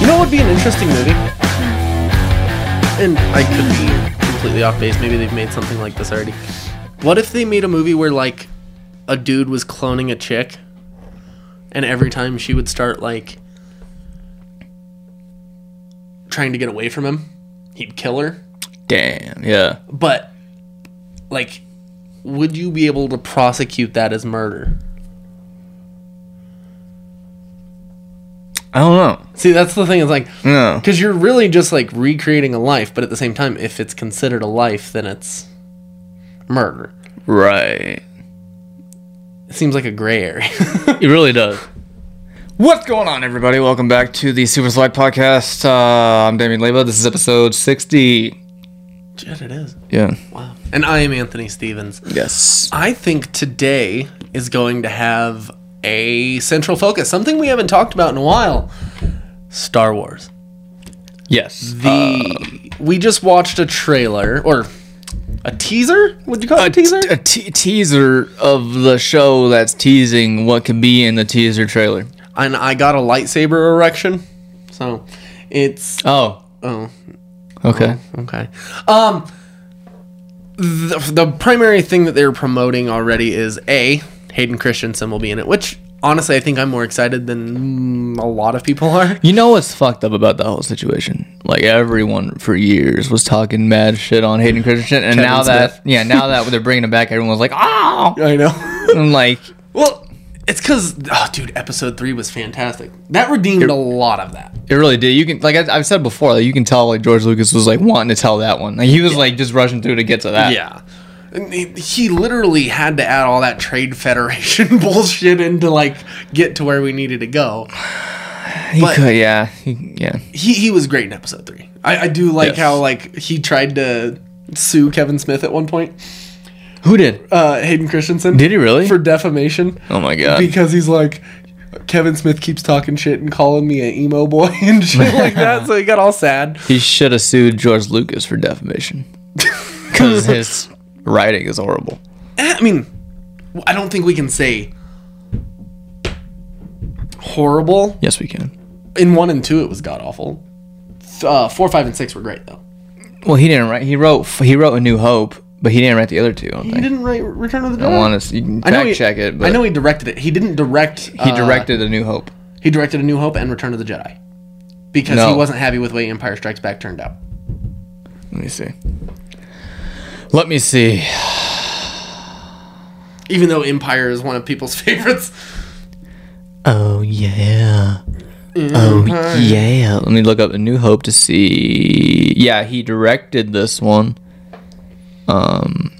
You know what would be an interesting movie? And I could be completely off base. Maybe they've made something like this already. What if they made a movie where like a dude was cloning a chick, and every time she would start like trying to get away from him, he'd kill her. Damn. Yeah. But like, would you be able to prosecute that as murder? I don't know. See, that's the thing. Is like, No. Because you're really just like recreating a life, but at the same time, if it's considered a life, then it's murder. Right. It seems like a gray area. It really does. What's going on, everybody? Welcome back to the Super Slide Podcast. Uh, I'm Damien Leba. This is episode 60. Shit, it is. Yeah. Wow. And I am Anthony Stevens. Yes. I think today is going to have a central focus, something we haven't talked about in a while Star Wars. Yes. Uh, The we just watched a trailer or a teaser? Would you call it a teaser? A te- teaser of the show that's teasing what could be in the teaser trailer. and I got a lightsaber erection. So it's Oh. oh, Okay. Okay. Um the, the primary thing that they're promoting already is A, Hayden Christensen will be in it, which honestly I think I'm more excited than mm, a lot of people are. You know what's fucked up about the whole situation? Like everyone for years was talking mad shit on Hayden Christensen, and now Smith. that yeah, now that they're bringing him back, everyone's like, oh, I know. I'm like, well, it's cuz oh dude, episode 3 was fantastic. That redeemed a lot of that. it really did. You can like I, I've said before, like you can tell like George Lucas was like wanting to tell that one. Like he was like just rushing through to get to that. Yeah. And He he literally had to add all that Trade Federation bullshit in to like get to where we needed to go. he but- could, yeah, he, yeah. he he was great in episode three. I, I do like Yes. how like he tried to sue Kevin Smith at one point, Who did? uh, Hayden Christensen. Did he really? for defamation? oh my god. Because he's like Kevin Smith keeps talking shit and calling me an emo boy and shit like that. So he got all sad. He should have sued George Lucas for defamation because his writing is horrible. Eh, I mean, I don't think we can say horrible. Yes, we can. In one and two, it was god awful. Th- Uh, four, five, and six were great though. Well, he didn't write. He wrote. He wrote A New Hope, but he didn't write the other two. I don't He think. didn't write Return of the Jedi. I want to. You can I know fact he- check it. But I know he directed it. He didn't direct. uh, he directed A New Hope. He directed A New Hope and Return of the Jedi because No. he wasn't happy with the way Empire Strikes Back turned out. Let me see. Let me see. Even though Empire is one of people's favorites. Oh yeah. Mm-hmm. Oh yeah. Let me look up A New Hope to see. Yeah, he directed this one. Um,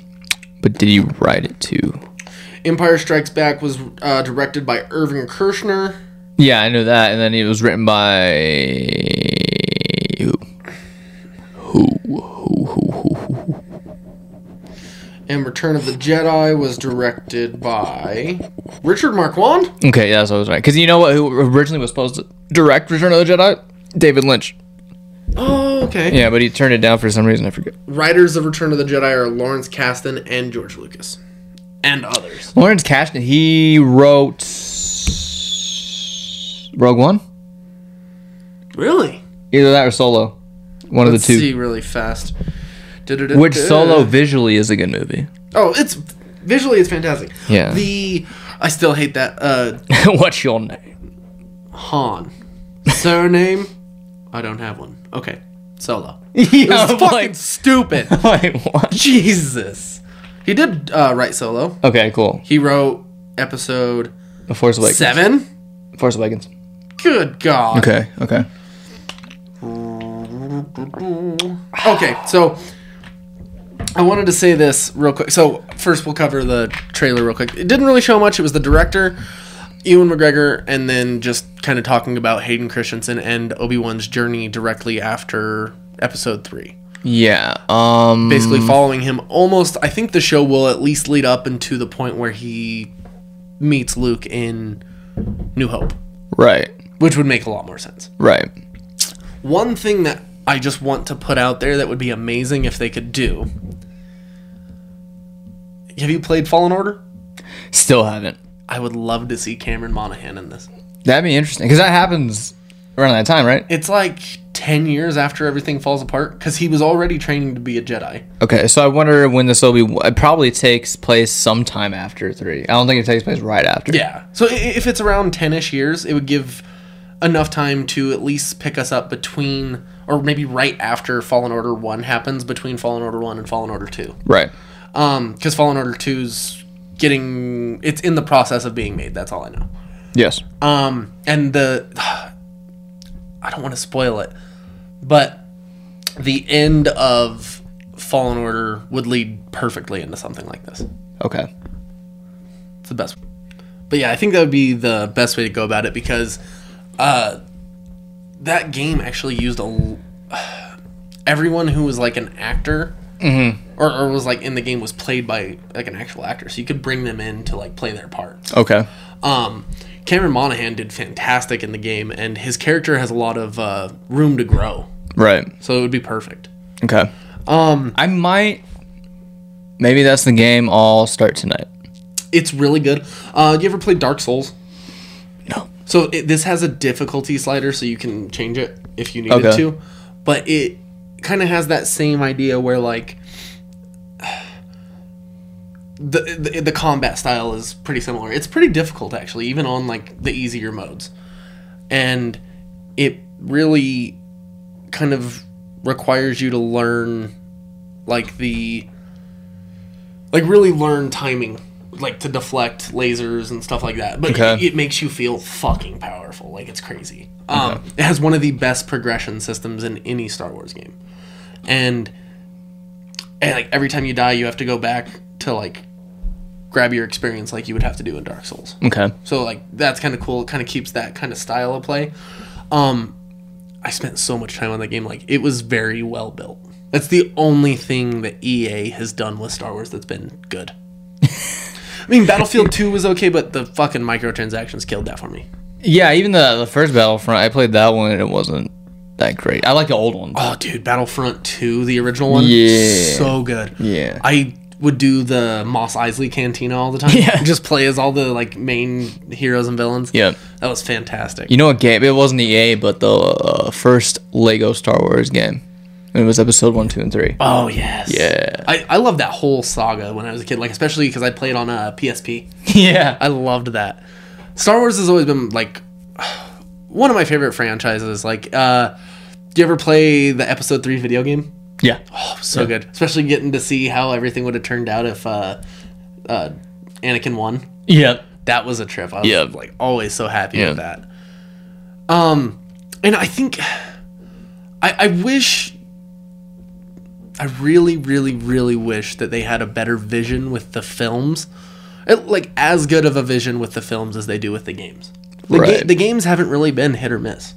but did he write it too? Empire Strikes Back was uh, directed by Irving Kershner. Yeah, I know that. And then it was written by who? And Return of the Jedi was directed by Richard Marquand. Okay, yeah, that's what I was right. Because you know what? Who originally was supposed to direct Return of the Jedi? David Lynch. Oh, okay. Yeah, but he turned it down for some reason. I forget. Writers of Return of the Jedi are Lawrence Kasdan and George Lucas, and others. Lawrence Kasdan. He wrote Rogue One. Really? Either that or Solo. One Let's of the two. see Uh, really fast. Which Solo visually is a good movie. Oh, it's visually it's fantastic. Yeah. The I still hate that uh What's your name? Han. Surname? I don't have one. Okay. Solo. It Yeah, was I'm fucking like- stupid. Wait, what? Jesus. He did uh, write Solo. Okay, cool. He wrote episode The Force Awakens. seven. Force Awakens. Good God. Okay. Okay. Okay, so I wanted to say this real quick. So first, we'll cover the trailer real quick. It didn't really show much. It was the director, Ewan McGregor, and then just kind of talking about Hayden Christensen and Obi Wan's journey directly after Episode Three. Yeah. Um. Basically, following him almost. I think the show will at least lead up into the point where he meets Luke in New Hope, Right. which would make a lot more sense. Right. One thing that I just want to put out there that would be amazing if they could do. Have you played Fallen Order? Still haven't. I would love to see Cameron Monaghan in this. That'd be interesting because that happens around that time, right? It's like 10 years after everything falls apart because he was already training to be a Jedi. Okay, so I wonder when this will be. It probably takes place sometime after three. I don't think it takes place right after. Yeah. So i- if it's around 10 ish years, it would give enough time to at least pick us up between, or maybe right after Fallen Order 1 happens, between Fallen Order 1 and Fallen Order 2. Right. Um, because Fallen Order 2's getting, it's in the process of being made. That's all I know. Yes. Um, and the I don't want to spoil it, but the end of Fallen Order would lead perfectly into something like this. Okay. It's the best. But yeah, I think that would be the best way to go about it because uh, that game actually used a l- everyone who was like an actor or, or was like in the game was played by like an actual actor, so you could bring them in to like play their part. Okay. Um, Cameron Monaghan did fantastic in the game, and his character has a lot of uh, room to grow, Right. so it would be perfect. Okay. Um, I might. Maybe that's the game. I'll start tonight. it's really good. Uh, you ever played Dark Souls? No. So it, this has a difficulty slider, so you can change it if you needed Okay. to. But it kind of has that same idea where like the, the the combat style is pretty similar. It's pretty difficult actually, even on like the easier modes, and it really kind of requires you to learn like the like really learn timing like to deflect lasers and stuff like that but Okay. it, it makes you feel fucking powerful like it's crazy um, it has one of the best progression systems in any star wars game and and like every time you die you have to go back to like grab your experience like you would have to do in dark souls Okay. so like that's kind of cool. It kind of keeps that kind of style of play. Um, I spent so much time on that game. Like it was very well built. That's the only thing that EA has done with Star Wars that's been good. I mean, Battlefield 2 was okay, but the fucking microtransactions killed that for me. Yeah. Even the the first Battlefront, I played that one and it wasn't that great. I like the old one. Oh, dude, Battlefront 2, the original one, Yeah. so good. Yeah. I would do the Moss Isley Cantina all the time. Yeah. Just play as all the like main heroes and villains. Yeah. That was fantastic. You know what game? It wasn't EA, but the uh, first Lego Star Wars game. It was episode one, two, and three. Oh yes, Yeah. I, I loved that whole saga when I was a kid, like especially because I played on uh, a PSP. yeah. I loved that. Star Wars has always been like one of my favorite franchises. Like, uh, do you ever play the Episode Three video game? Yeah. Oh, so good, especially getting to see how everything would have turned out if uh, uh, Anakin won. Yeah. That was a trip. I was Yeah. like always so happy Yeah. with that. Um, and I think I, I wish I really, really, really wish that they had a better vision with the films. It- like as good of a vision with the films as they do with the games. The, ga- Right. the games haven't really been hit or miss,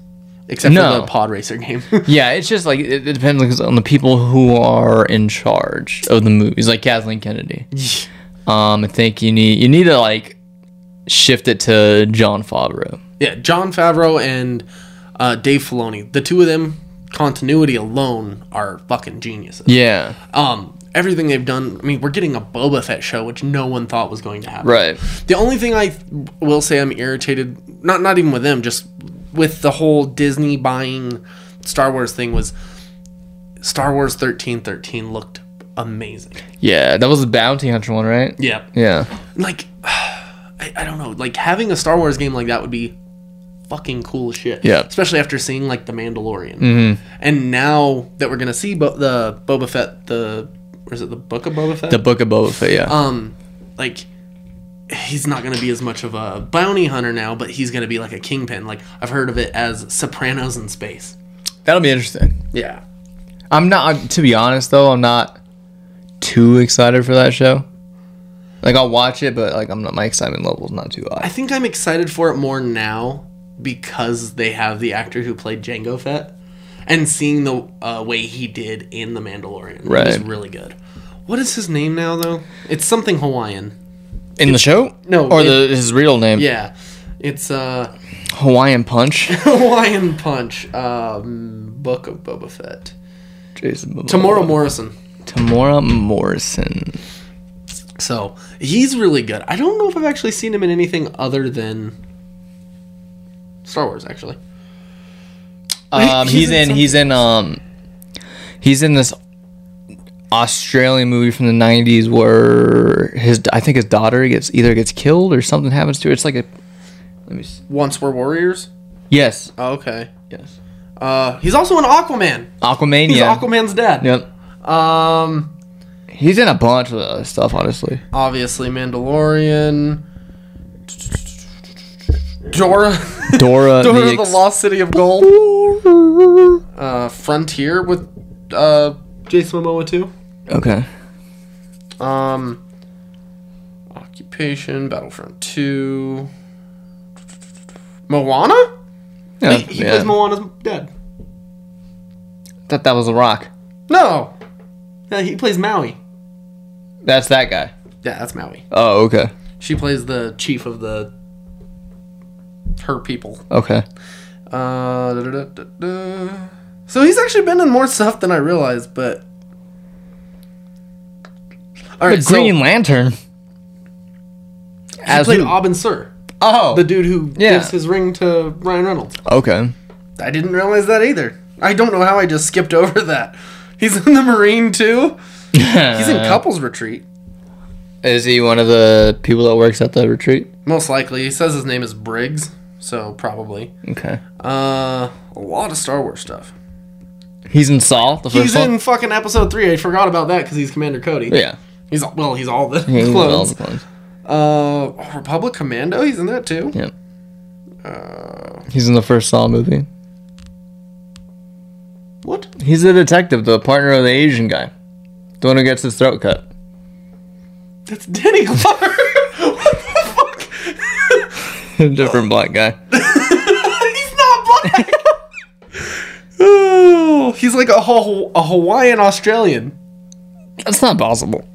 except No. for the Pod Racer game. Yeah, it's just like it, it depends on the people who are in charge of the movies, like Kathleen Kennedy. Um, I think you need you need to like shift it to John Favreau. yeah, John Favreau and uh, Dave Filoni, the two of them, continuity alone, are fucking geniuses. Yeah, Um, everything they've done. I mean, we're getting a Boba Fett show, which no one thought was going to happen. right. The only thing I will say I'm irritated, not not even with them, just with the whole Disney buying Star Wars thing was Star Wars 1313 looked amazing. Yeah, that was the bounty hunter one, right? Yep. Yeah, Like I, I don't know, like having a Star Wars game like that would be fucking cool as shit. Yeah. Mm-hmm. Especially after seeing like The Mandalorian. And now that we're going to see Bo- the Boba Fett the or is it the book of Boba Fett? the Book of Boba Fett. Yeah, um like he's not going to be as much of a bounty hunter now but he's going to be like a kingpin like i've heard of it as sopranos in space that'll be interesting. yeah I'm not. I'm, to be honest, though, I'm not too excited for that show. Like I'll watch it, but like I'm not. My excitement level's not too i high. think i'm excited for it more now because they have the actor who played django fett and seeing the uh, way he did in the mandalorian it was Right. really good what is his name now though it's something hawaiian In the show? No, Or in- the his real name? yeah it's uh Hawaiian Punch. hawaiian punch um book of boba fett Jason Momoa. tamora morrison Tamora Morrison. So he's really good. I don't know if I've actually seen him in anything other than Star Wars, actually. Um, he's he's, in in. some- He's in. Um, he's in this Australian movie from the '90s where his I think his daughter gets either gets killed or something happens to her. It's like a. Let me. s Once We're Warriors. Yes. Oh, okay. Yes. Uh, he's also in Aquaman. Aquaman. He's yeah. Aquaman's dad. Yep. Um, He's in a bunch of other stuff, honestly. obviously Mandalorian. Dora. Dora, Dora the, the ex- Lost City of Gold. Uh, Frontier with uh, Jason Momoa too. Okay. Um, occupation, Battlefront 2. Moana? Yeah, He, he yeah. plays Moana's dad. Thought that was a rock. No. Yeah, he plays Maui. That's that guy. Yeah, that's Maui. Oh, okay. She plays the chief of the her people. Okay. Uh, da, da, da, da, da. So he's actually been in more stuff than I realized, but all The right, Green so Lantern. he As played who? Aubin Sur, Oh. the dude who Yeah. gives his ring to Ryan Reynolds. okay. I didn't realize that either. I don't know how I just skipped over that. He's in the Marine too. He's Uh, in couples retreat, Is he one of the people that works at the retreat? most likely. He says his name is Briggs, so probably. Okay. Uh, a lot of Star Wars stuff. He's in Saul, the first He's one. in fucking episode three. I forgot about that because he's Commander Cody. yeah. He's well, he's all the He's in all clones. the clones. Uh, oh, Republic Commando. He's in that too. Yeah. Uh. He's in the first Saul movie. What? He's the detective, the partner of the Asian guy, the one who gets his throat cut. That's Denny Clark. what the fuck? Different black guy. he's not black. oh, he's like a, Ho- a Hawaiian Australian. That's not possible.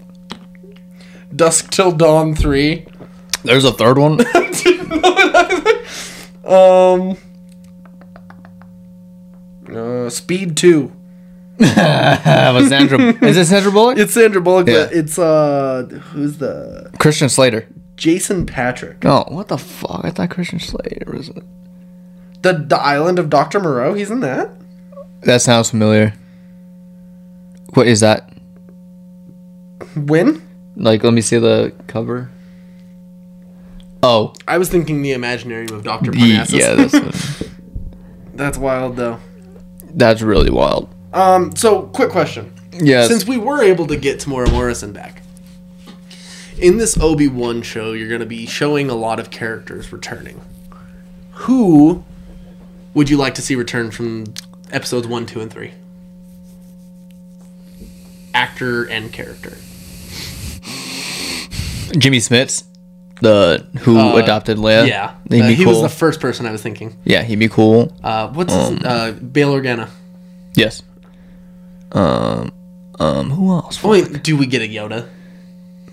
Dusk till dawn three. There's a third one. Uh, Um. Uh, Speed two. Uh, with Sandra, is it Sandra Bullock? It's Sandra Bullock, but Yeah. it's uh, who's the Christian Slater. Jason Patrick? Oh, what the fuck? I thought Christian Slater was. The, the Island of Dr. Moreau, he's in that. That sounds familiar. What is that? When? Like, let me see the cover. Oh, I was thinking the Imaginarium of Dr. yeah, Parnassus. yeah that's, That's wild though. that's really wild. Um, so quick question. Yes. Since we were able to get Tamora Morrison back. In this Obi-Wan show, you're gonna be showing a lot of characters returning. Who would you like to see return from episodes one, two, and three? Actor and character. Jimmy Smits, Uh, the who adopted Leia. Yeah. he'd Uh, be he was cool. the first person I was thinking. yeah, he'd be cool. Uh, what's his, uh, Bail Organa? Yes. Um, um, who else? Oh, wait, do we get a Yoda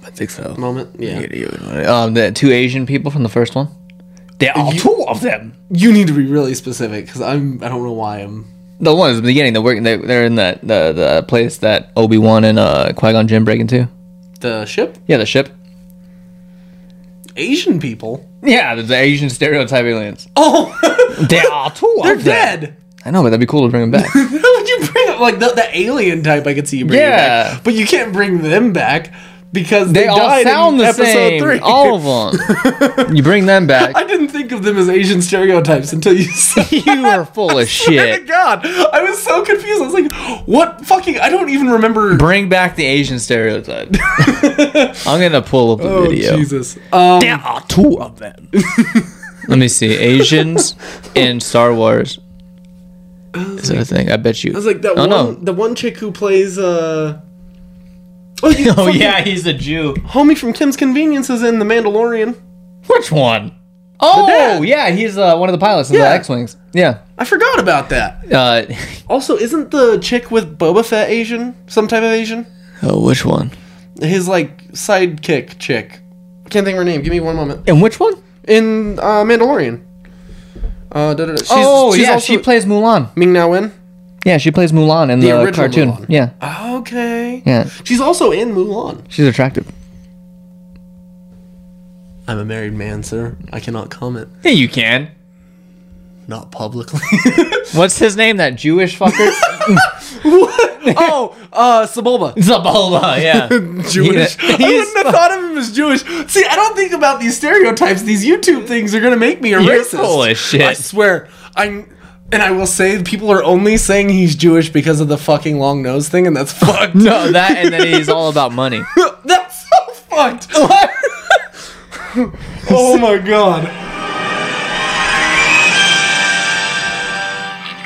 I think so. moment? Yeah. Um, the two Asian people from the first one. There are two of them. You need to be really specific because I'm I don't know why I'm. The ones at the beginning, the work they, they're in that the, the place that Obi Wan and uh, Qui Gon Jinn break into. The ship Yeah, the ship. Asian people. Yeah, the, the Asian stereotype aliens. Oh, There are two. they're of them. dead. I know, but that'd be cool to bring them back. How would you bring up like the, the alien type? I could see you bringing Yeah. back, but you can't bring them back because they, they all died sound in the episode same. three. All of them. you bring them back. I didn't think of them as Asian stereotypes until you said. you are full of Swear to shit. God, I was so confused. I was like, "What fucking?" I don't even remember. Bring back the Asian stereotype. I'm gonna pull up the Oh video. Jesus! Um, There are two of them. Let me see. Asians in Star Wars. Oh, Is that a thing? I bet you. I was like that Oh, one no. the one chick who plays uh Oh, you oh fucking yeah, he's a Jew. Homie from Kim's Convenience is in The Mandalorian. Which one? Oh dad. yeah, he's uh, one of the pilots in Yeah. the X-wings. Yeah. I forgot about that. Uh, Also, isn't the chick with Boba Fett Asian? Some type of Asian? oh, which one? His like sidekick chick. Can't think of her name. Give me one moment. And which one? In uh, Mandalorian. Uh, da, da, da. She's, oh she's yeah, also she plays Mulan. Ming Na Wen. Yeah, she plays Mulan in the, original cartoon. Mulan. Yeah, Okay. yeah, She's also in Mulan. she's attractive. I'm a married man, sir. I cannot comment. Yeah, you can. not publicly. What's his name? That Jewish fucker? oh, uh, Sebulba. Zabulba, yeah. Jewish. Yeah. I wouldn't have thought of him as Jewish. See, I don't think about these stereotypes. These YouTube things are gonna make me a You're racist. full of shit. I swear. I'm. And I will say, people are only saying he's Jewish because of the fucking long nose thing, and that's fucked. No, that and then he's all about money. That's so fucked. oh my god.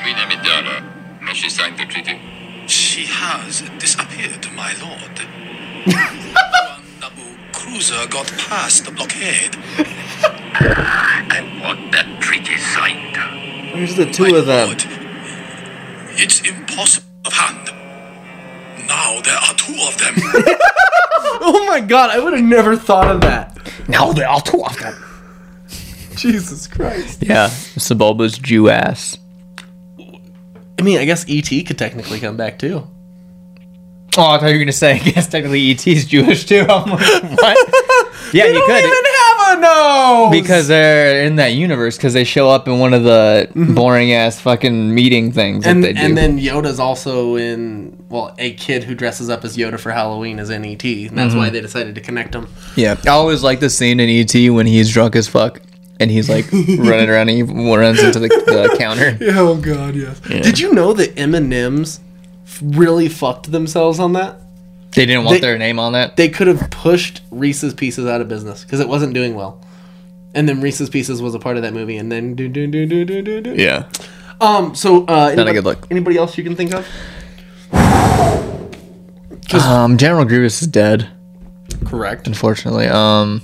Queen Amidala, has she signed the treaty? She has disappeared, my lord. One double cruiser got past the blockade. I want that treaty signed. There's the two of them. Lord, it's impossible of hand. Now there are two of them. Oh my god, I would have never thought of that. Now they're all two of them. Jesus Christ. Yeah, Sebulba's Jew ass. I mean, I guess E.T. could technically come back too. Oh, I thought you were gonna say. I guess technically ET's Jewish too. I'm like, what? Yeah, They you don't could even have a nose! because they're in that universe because they show up in one of the boring ass fucking meeting things Mm-hmm. and, that they do. and then Yoda's also in well, a kid who dresses up as Yoda for Halloween is in ET, and that's Mm-hmm. why they decided to connect him. yeah, I always like the scene in ET when he's drunk as fuck and he's like running around and he runs into the, the counter. Oh god, yes. Did you know that M&M's f- really fucked themselves on that? They didn't want They- their name on that. They could have pushed Reese's Pieces out of business because it wasn't doing well. And then Reese's Pieces was a part of that movie, and then do do do do do do do. yeah. Um. So, uh, anybody, good look. Anybody else you can think of? Um, General Grievous is dead, Correct. unfortunately. Um,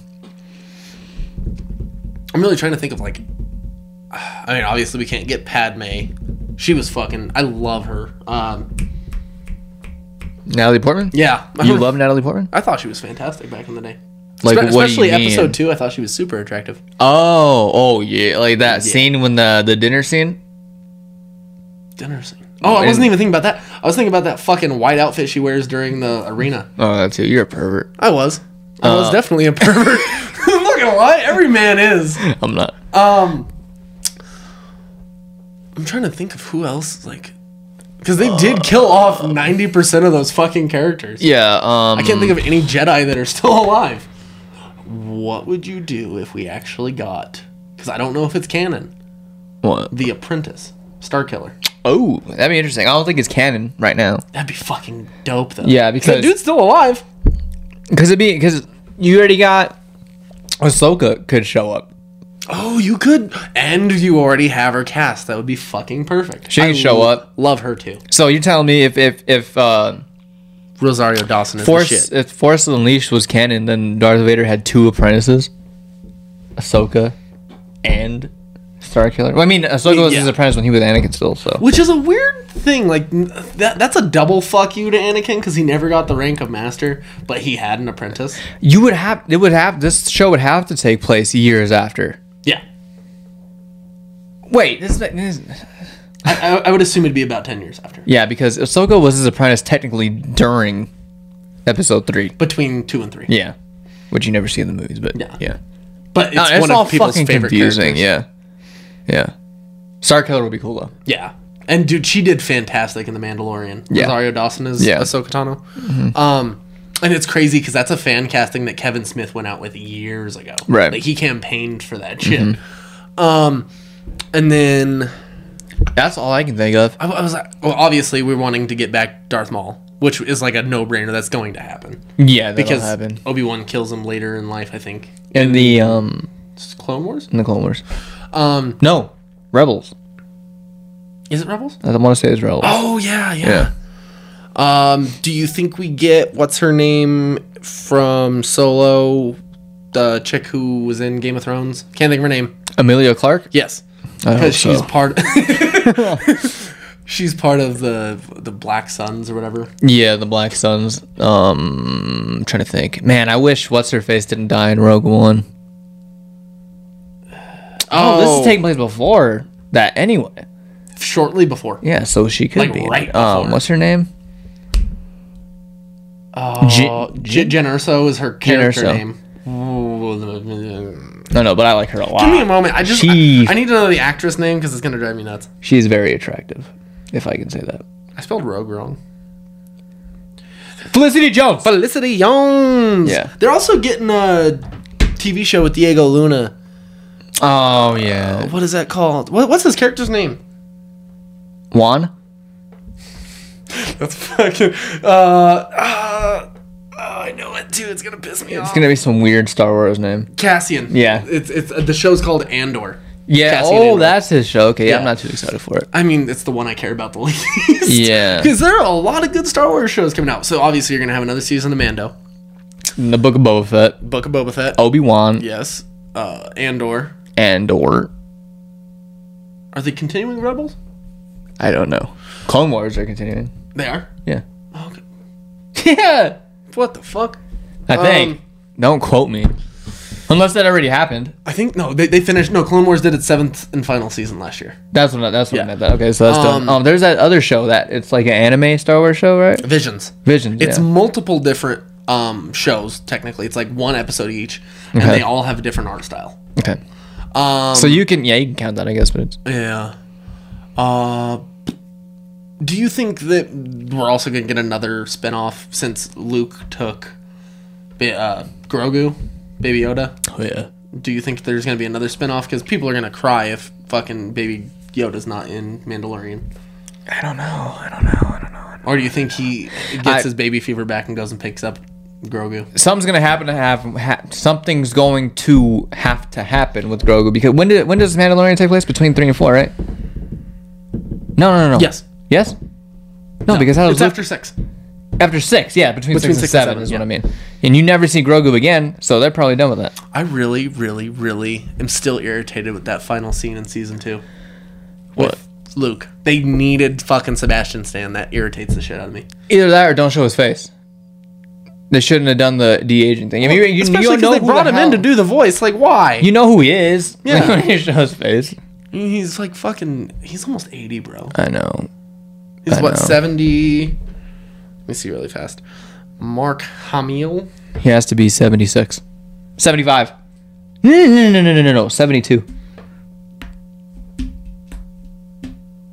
I'm really trying to think of like. I mean, obviously we can't get Padme. She was fucking. I love her. Um. Natalie Portman. Yeah. You love Natalie Portman? I thought she was fantastic back in the day. Spe- Like, what do you especially mean? episode two. I thought she was super attractive. Oh, oh yeah, like that scene when the the dinner scene. Dinner scene. Oh, I wasn't even thinking about that. I was thinking about that fucking white outfit she wears during the arena. Oh, that's it. You're a pervert. I was. I Uh, was definitely a pervert. I'm not gonna lie, every man is. I'm not. Um, I'm trying to think of who else like, because they did kill off 90 percent of those fucking characters. Yeah. Um. I can't think of any Jedi that are still alive. What would you do if we actually got? Because I don't know if it's canon. What? The Apprentice, Star Killer. Oh, that'd be interesting. I don't think it's canon right now That'd be fucking dope though. Yeah, that because- dude's still alive. because it'd be because you already got Ahsoka could show up. Oh, you could, and you already have her cast. That would be fucking perfect. She can show up. Love her too. So you're telling me if if if uh, Rosario Dawson is Force the shit. if Force Unleashed was canon, then Darth Vader had two apprentices, Ahsoka, and Star Killer. Well, I mean, Ahsoka was his Yeah. apprentice when he was Anakin still. So Which is a weird thing. Like n- that that's a double fuck you to Anakin cuz he never got the rank of master, but he had an apprentice. you would have it would have this show would have to take place years after. Yeah. Wait, this, this I, I, I would assume it'd be about 10 years after. yeah, because Ahsoka was his apprentice technically during Episode Three. Between 2 and 3. Yeah, which you never see in the movies, but Yeah. yeah, But it's, No, one of people's favorite characters. Yeah, yeah. Star Killer would be cool though. Yeah. And dude, she did fantastic in The Mandalorian. Yeah. Rosario Dawson is Yeah. Mm-hmm. Ahsoka Tano. Um, and it's crazy because that's a fan casting that Kevin Smith went out with years ago. Right. Mm-hmm. Like he campaigned for that shit. Um, and then That's all I can think of. I, I was like, well, obviously we're wanting to get back Darth Maul, which is like a no-brainer. That's going to happen Yeah, that'll because happen Obi Wan kills him later in life. I think in the um it's Clone Wars. in the Clone Wars. Um, No, Rebels. is it Rebels? I don't want to say it's Rebels. Oh yeah, yeah. Yeah. Um, do you think we get what's her name from Solo, the chick who was in Game of Thrones? Can't think of her name. Amelia Clark. Yes, I hope because she's Oh, so. part. she's part of the the Black Suns or whatever. Yeah, the Black Suns. Um, I'm trying to think. Man, I wish what's her face didn't die in Rogue One. Oh, this is taking place before that anyway. shortly before. Yeah, so she could Like, be. in right it. um, before. what's her name? Uh, J- Jen Erso is her character Erso. name. Ooh, No, no, but I like her a lot. Give me a moment. I just I, She- I need to know the actress name because it's gonna drive me nuts. She's very attractive, if I can say that. I spelled rogue wrong. Felicity Jones. Felicity Jones. Yeah. They're also getting a TV show with Diego Luna. Oh yeah, What is that called? What, what's his character's name? Juan. That's fucking. Uh, uh, oh, I know it too. It's gonna piss me It's off. gonna be some weird Star Wars name. Cassian. Yeah. It's it's uh, the show's called Andor. Yeah. Cassian oh, Andor. that's his show. Okay, yeah, I'm Yeah. not too excited for it. I mean, it's the one I care about the least. Yeah. Because there are a lot of good Star Wars shows coming out. So obviously you're gonna have another season of Mando, In the Book of Boba Fett, Book of Boba Fett. Obi Wan, yes. Uh, Andor. and or Are they continuing Rebels? I don't know. Clone Wars are continuing. They are. Yeah. Okay. Yeah. What the fuck? I think. Um, don't quote me. Unless that already happened. I think no. They, they finished. No, Clone Wars did its seventh and final season last year. That's what. I- That's what Yeah. I meant. That. Okay, so that's Um, done. Um, there's that other show that it's like an anime Star Wars show, right? Visions. Visions. It's yeah. multiple different um, shows. Technically, it's like one episode each, and Okay. they all have a different art style. okay. Um, So you can yeah you can count that I guess, but it's yeah. Uh, do you think that we're also gonna get another spinoff since Luke took Ba- uh, Grogu, Baby Yoda? oh, yeah. Do you think there's gonna be another spinoff? Because people are gonna cry if fucking Baby Yoda's not in Mandalorian. I don't know. I don't know. I don't know. Or do you think he gets I- his baby fever back and goes and picks up Grogu? something's gonna happen to have ha- something's going to have to happen with Grogu because when did when does Mandalorian take place between three and four right? No no no no Yes. yes no, because I was it's look- after six. after six yeah between, Between six, six and and seven, seven, is what yeah. I mean and you never see Grogu again so they're probably done with that I really, really, really am still irritated with that final scene in season two. What? With Luke. They needed fucking Sebastian Stan. That irritates the shit out of me. either that or don't show his face they shouldn't have done the de aging thing I mean you, you, Especially you 'cause know they who brought the him hell- in to do the voice. Like, why? you know who he is Yeah. when you show his face he's like fucking. He's almost eighty, bro. I know He's I what know. seventy? Let me see really fast. Mark Hamill. He has to be 76. 75. No, no, no, no, no, no, no. 72.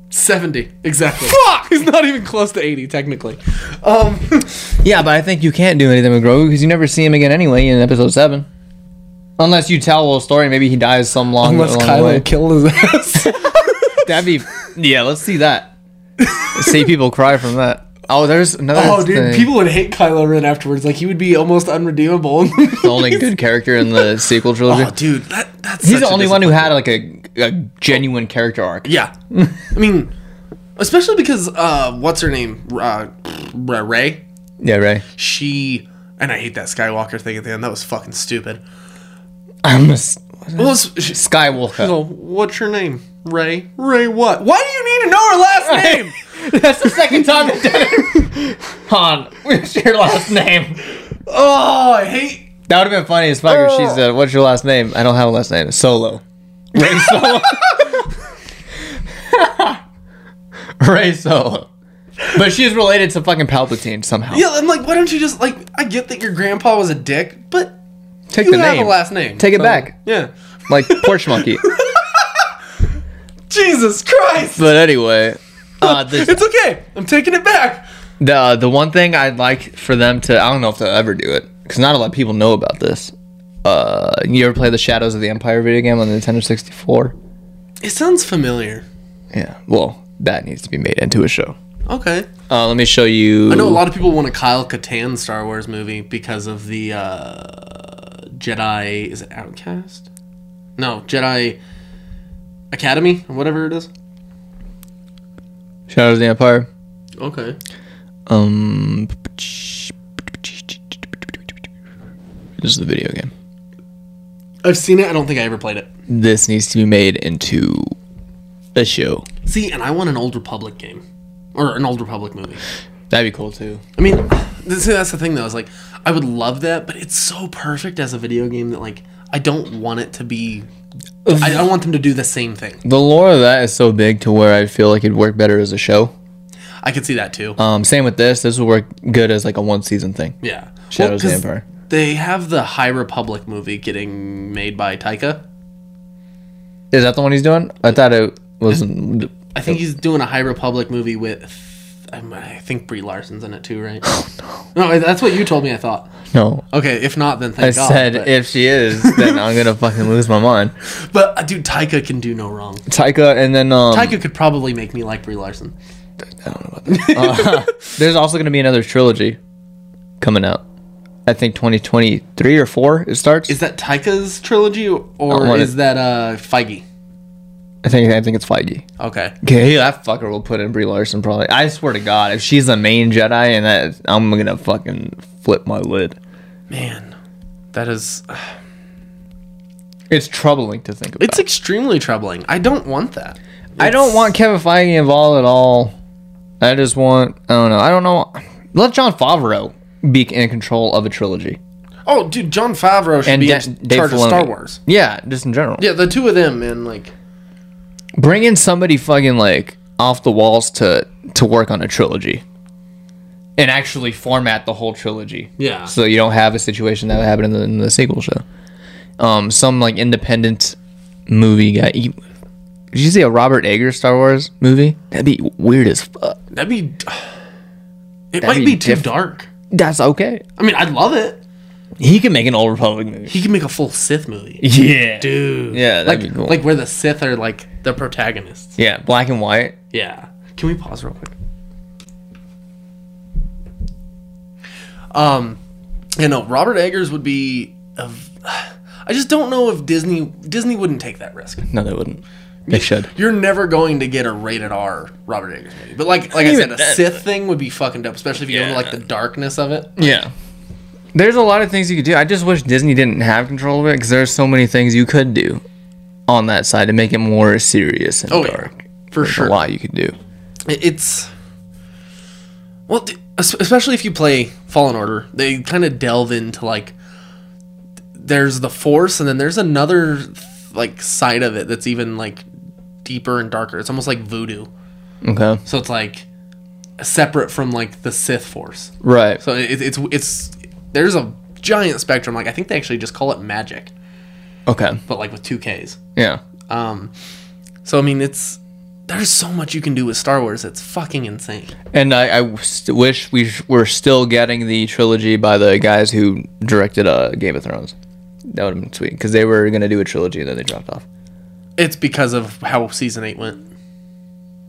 Seventy exactly. Fuck. He's not even close to eighty technically. Um. Yeah, but I think you can't do anything with Grogu because you never see him again anyway in episode 7. Unless you tell a little story, maybe he dies some long, Unless along the way. Kylo killed his ass. That'd be. Yeah, let's see that. see people cry from that. Oh, there's another. Oh, dude, thing. people would hate Kylo Ren afterwards. Like he would be almost unredeemable. in the movies. The only good character in the sequel trilogy. oh, dude, that that's He's such the a only one who disappointment. had like a, a genuine character arc. Yeah, I mean, especially because uh, what's her name, uh, Ray? Yeah, right. She and I hate that Skywalker thing at the end. That was fucking stupid. I'm a s- Well, it's- she- Skywalker. so, what's your name, Ray? Ray what? Why do you need to know her last name? That's the second time they've done it. Han, what's your last name? Oh, I hate. That would have been funny as fuck if she said, "What's your last name?" I don't have a last name. Solo. Ray Solo. Ray Solo. But she's related to fucking Palpatine somehow. Yeah, I'm like, why don't you just like? I get that your grandpa was a dick, but Take you the have name. a last name. Take it so- back. Yeah. Like porch monkey. Jesus Christ. But anyway, uh, the, It's okay. I'm taking it back. the the one thing I'd like for them to I don't know if they'll ever do it because not a lot of people know about this. Uh, you ever play the Shadows of the Empire video game on the Nintendo 64? It sounds familiar. Yeah. Well, that needs to be made into a show. Okay. Uh, let me show you. I know a lot of people want a Kyle Katan Star Wars movie because of the uh, Jedi. Is it Outcast? No, Jedi Academy or whatever it is. Shadows of the Empire. Okay. Um. This is the video game. I've seen it. I don't think I ever played it. This needs to be made into a show. See, and I want an Old Republic game or an Old Republic movie. That'd be cool too. I mean, th- see, that's the thing though. Is like I would love that, but it's so perfect as a video game that like I don't want it to be. I don't want them to do the same thing. The lore of that is so big to where I feel like it'd work better as a show. I could see that too. Um, same with this. This would work good as like a one season thing. yeah. Shadows of the 'cause Empire. They have the High Republic movie getting made by Taika. Is that the one he's doing? I thought it wasn't. I think he's doing a High Republic movie with. I'm- I think Brie Larson's in it too, right? Oh, no. that's what you told me. I thought. No. Okay, if not, then I thank God. said but, if she is, then I'm gonna fucking lose my mind. but uh, dude, Taika can do no wrong. Taika, and then um, Taika could probably make me like Brie Larson. there's also gonna be another trilogy coming out. I think 2023 or four it starts. Is that Taika's trilogy I or wanna- is that uh Feige? I think I think it's Feige. Okay. Okay, yeah, that fucker will put in Brie Larson probably. I swear to God, if she's the main Jedi, and that I'm gonna fucking flip my lid. Man, that is It's troubling to think about. it's extremely troubling. I don't want that. I don't want Kevin Feige involved at all. I just want I don't know. I don't know. Let John Favreau be in control of a trilogy Oh, dude, John Favreau should and be Da- in Dave charge of Filoni. Star Wars. Yeah, just in general. Yeah, the two of them, man. Like, Bring in somebody fucking like off the walls to to work on a trilogy and actually format the whole trilogy. yeah, so you don't have a situation that would happen in the, in the sequel show. Um, some like independent movie guy. You, did you see a Robert Eggers Star Wars movie? That'd be weird as fuck. that'd be. It might be be, too diff- dark. That's okay. I mean, I'd love it. He can make an Old Republic movie. He could make a full Sith movie, Yeah, dude. Yeah, that'd like be cool. like where the Sith are like the protagonists. Yeah, black and white. Yeah. Can we pause real quick? Um, you know, Robert Eggers would be. Of, I just don't know if Disney Disney wouldn't take that risk. No, they wouldn't. They should. You're never going to get a rated R Robert Eggers movie, but like like I Even said, a then, Sith thing would be fucking dope, especially if you go into like the darkness of it. Yeah. There's a lot of things you could do. I just wish Disney didn't have control of it because there's so many things you could do on that side to make it more serious and Oh, yeah. dark. For There's sure. a lot you could do. It- It's well, d- es- especially if you play Fallen Order, they kind of delve into like there's the Force, and then there's another like side of it that's even like deeper and darker. It's almost like voodoo. Okay. So it's like separate from like the Sith Force. Right. So it, it's it's there's a giant spectrum. Like I think they actually just call it magic, Okay. but like with two Ks. Yeah. Um, so I mean, it's there's so much you can do with Star Wars. It's fucking insane. And I, I st- wish we sh- were still getting the trilogy by the guys who directed uh, Game of Thrones. That would have been sweet because they were gonna do a trilogy and then they dropped off. It's because of how season eight went.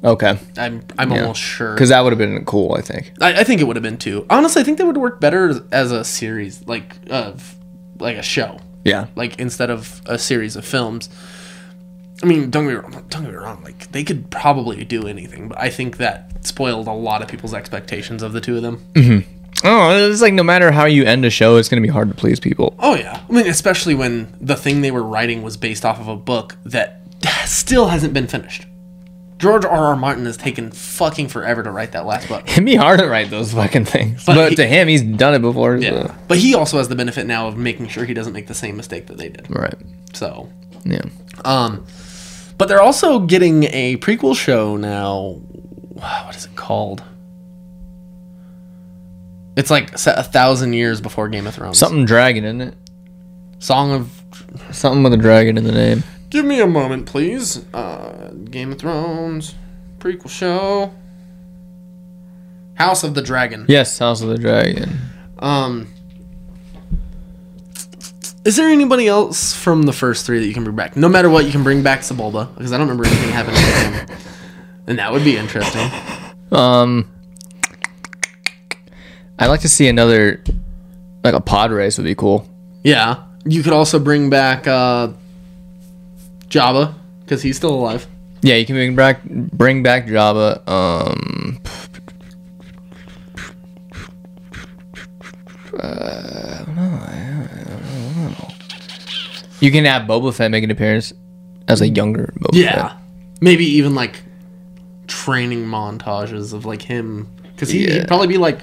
Okay, I'm I'm almost sure. because that would have been cool. I think. I, I think it would have been two. Honestly, I think they would work better as, as a series, like of like a show, Yeah. like instead of a series of films. I mean, don't get me wrong. Don't get me wrong. Like they could probably do anything, but I think that spoiled a lot of people's expectations of the two of them. Oh, it's like no matter how you end a show, it's gonna be hard to please people. Oh yeah. I mean, especially when the thing they were writing was based off of a book that still hasn't been finished. George R. R. Martin has taken fucking forever to write that last book. It'd be hard to write those fucking things, but, But he- to him, he's done it before. Yeah. so- But he also has the benefit now of making sure he doesn't make the same mistake that they did. Right. So, Yeah. um, but they're also getting a prequel show now. Wow, What is it called? It's like set a thousand years before Game of Thrones. Something dragon, isn't it? Song of. Something with a dragon in the name. Give me a moment, please. Uh, Game of Thrones prequel show. House of the Dragon. Yes, House of the Dragon. Um, is there anybody else from the first three that you can bring back? No matter what, you can bring back Sebulba because I don't remember anything happening to him, and that would be interesting. Um, I'd like to see another, like a pod race would be cool. Yeah, you could also bring back uh, Jabba because he's still alive. Yeah, you can bring back bring back Jabba. Um, uh, I don't know, I don't know, I don't know. You can have Boba Fett make an appearance as a younger Boba Fett. maybe even like training montages of like him because he, Yeah. would probably be like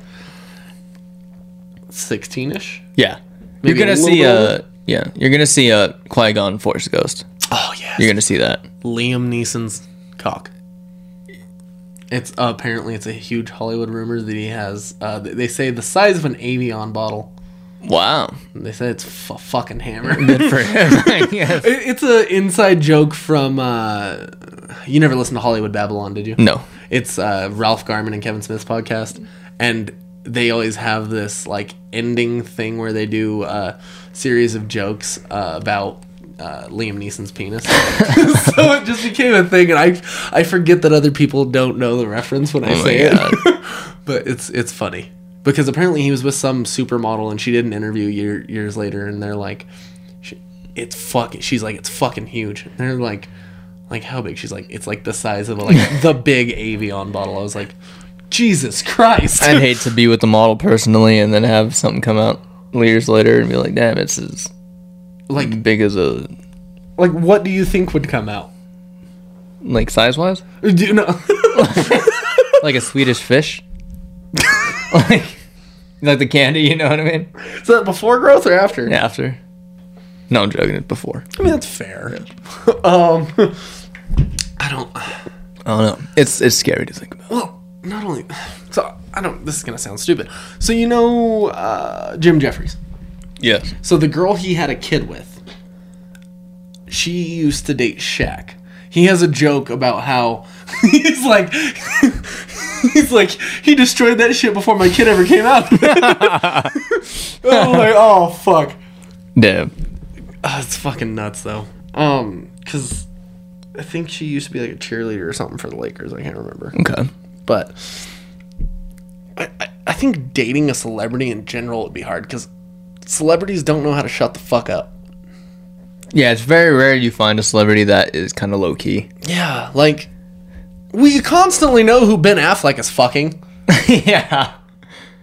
sixteen-ish. Yeah, Maybe you're a gonna little see bit uh older. yeah you're gonna see a Qui Gon Force Ghost. Oh yeah, You're gonna see that. Liam Neeson's cock. It's uh, apparently it's a huge Hollywood rumor that he has. Uh, th- they say the size of an Avion bottle. Wow. They say it's f- fucking hammer. Good for him. yes. It- It's an inside joke from. Uh, you never listened to Hollywood Babylon, did you? No. It's uh, Ralph Garman and Kevin Smith's podcast, and they always have this like ending thing where they do a series of jokes uh, about. Uh, Liam Neeson's penis, so it just became a thing, and I I forget that other people don't know the reference when I Oh my say it, but it's it's funny because apparently he was with some supermodel and she did an interview year, years later, and they're like, she, it's fucking she's like it's fucking huge and they're like like how big she's like it's like the size of like the big avion bottle i was like jesus christ I'd hate to be with the model personally and then have something come out years later and be like, damn, it's as like big as a like what do you think would come out like size wise? do you know Like a Swedish fish? like like the candy, you know what I mean? is that before growth or after Yeah, After. No, I'm joking. It before. i mean that's fair um i don't I don't know. It's it's scary to think about. well not only so i don't this is gonna sound stupid so you know uh jim jeffries Yes. So the girl he had a kid with, she used to date Shaq. He has a joke about how he's like he's like he destroyed that shit before my kid ever came out. I'm like, oh fuck. Damn. Ah, it's fucking nuts though. Um, cause I think she used to be like a cheerleader or something for the Lakers. I can't remember. Okay. But I, I, I think dating a celebrity in general would be hard because celebrities don't know how to shut the fuck up. Yeah, it's very rare you find a celebrity that is kind of low key. Yeah, like we constantly know who Ben Affleck is fucking. yeah.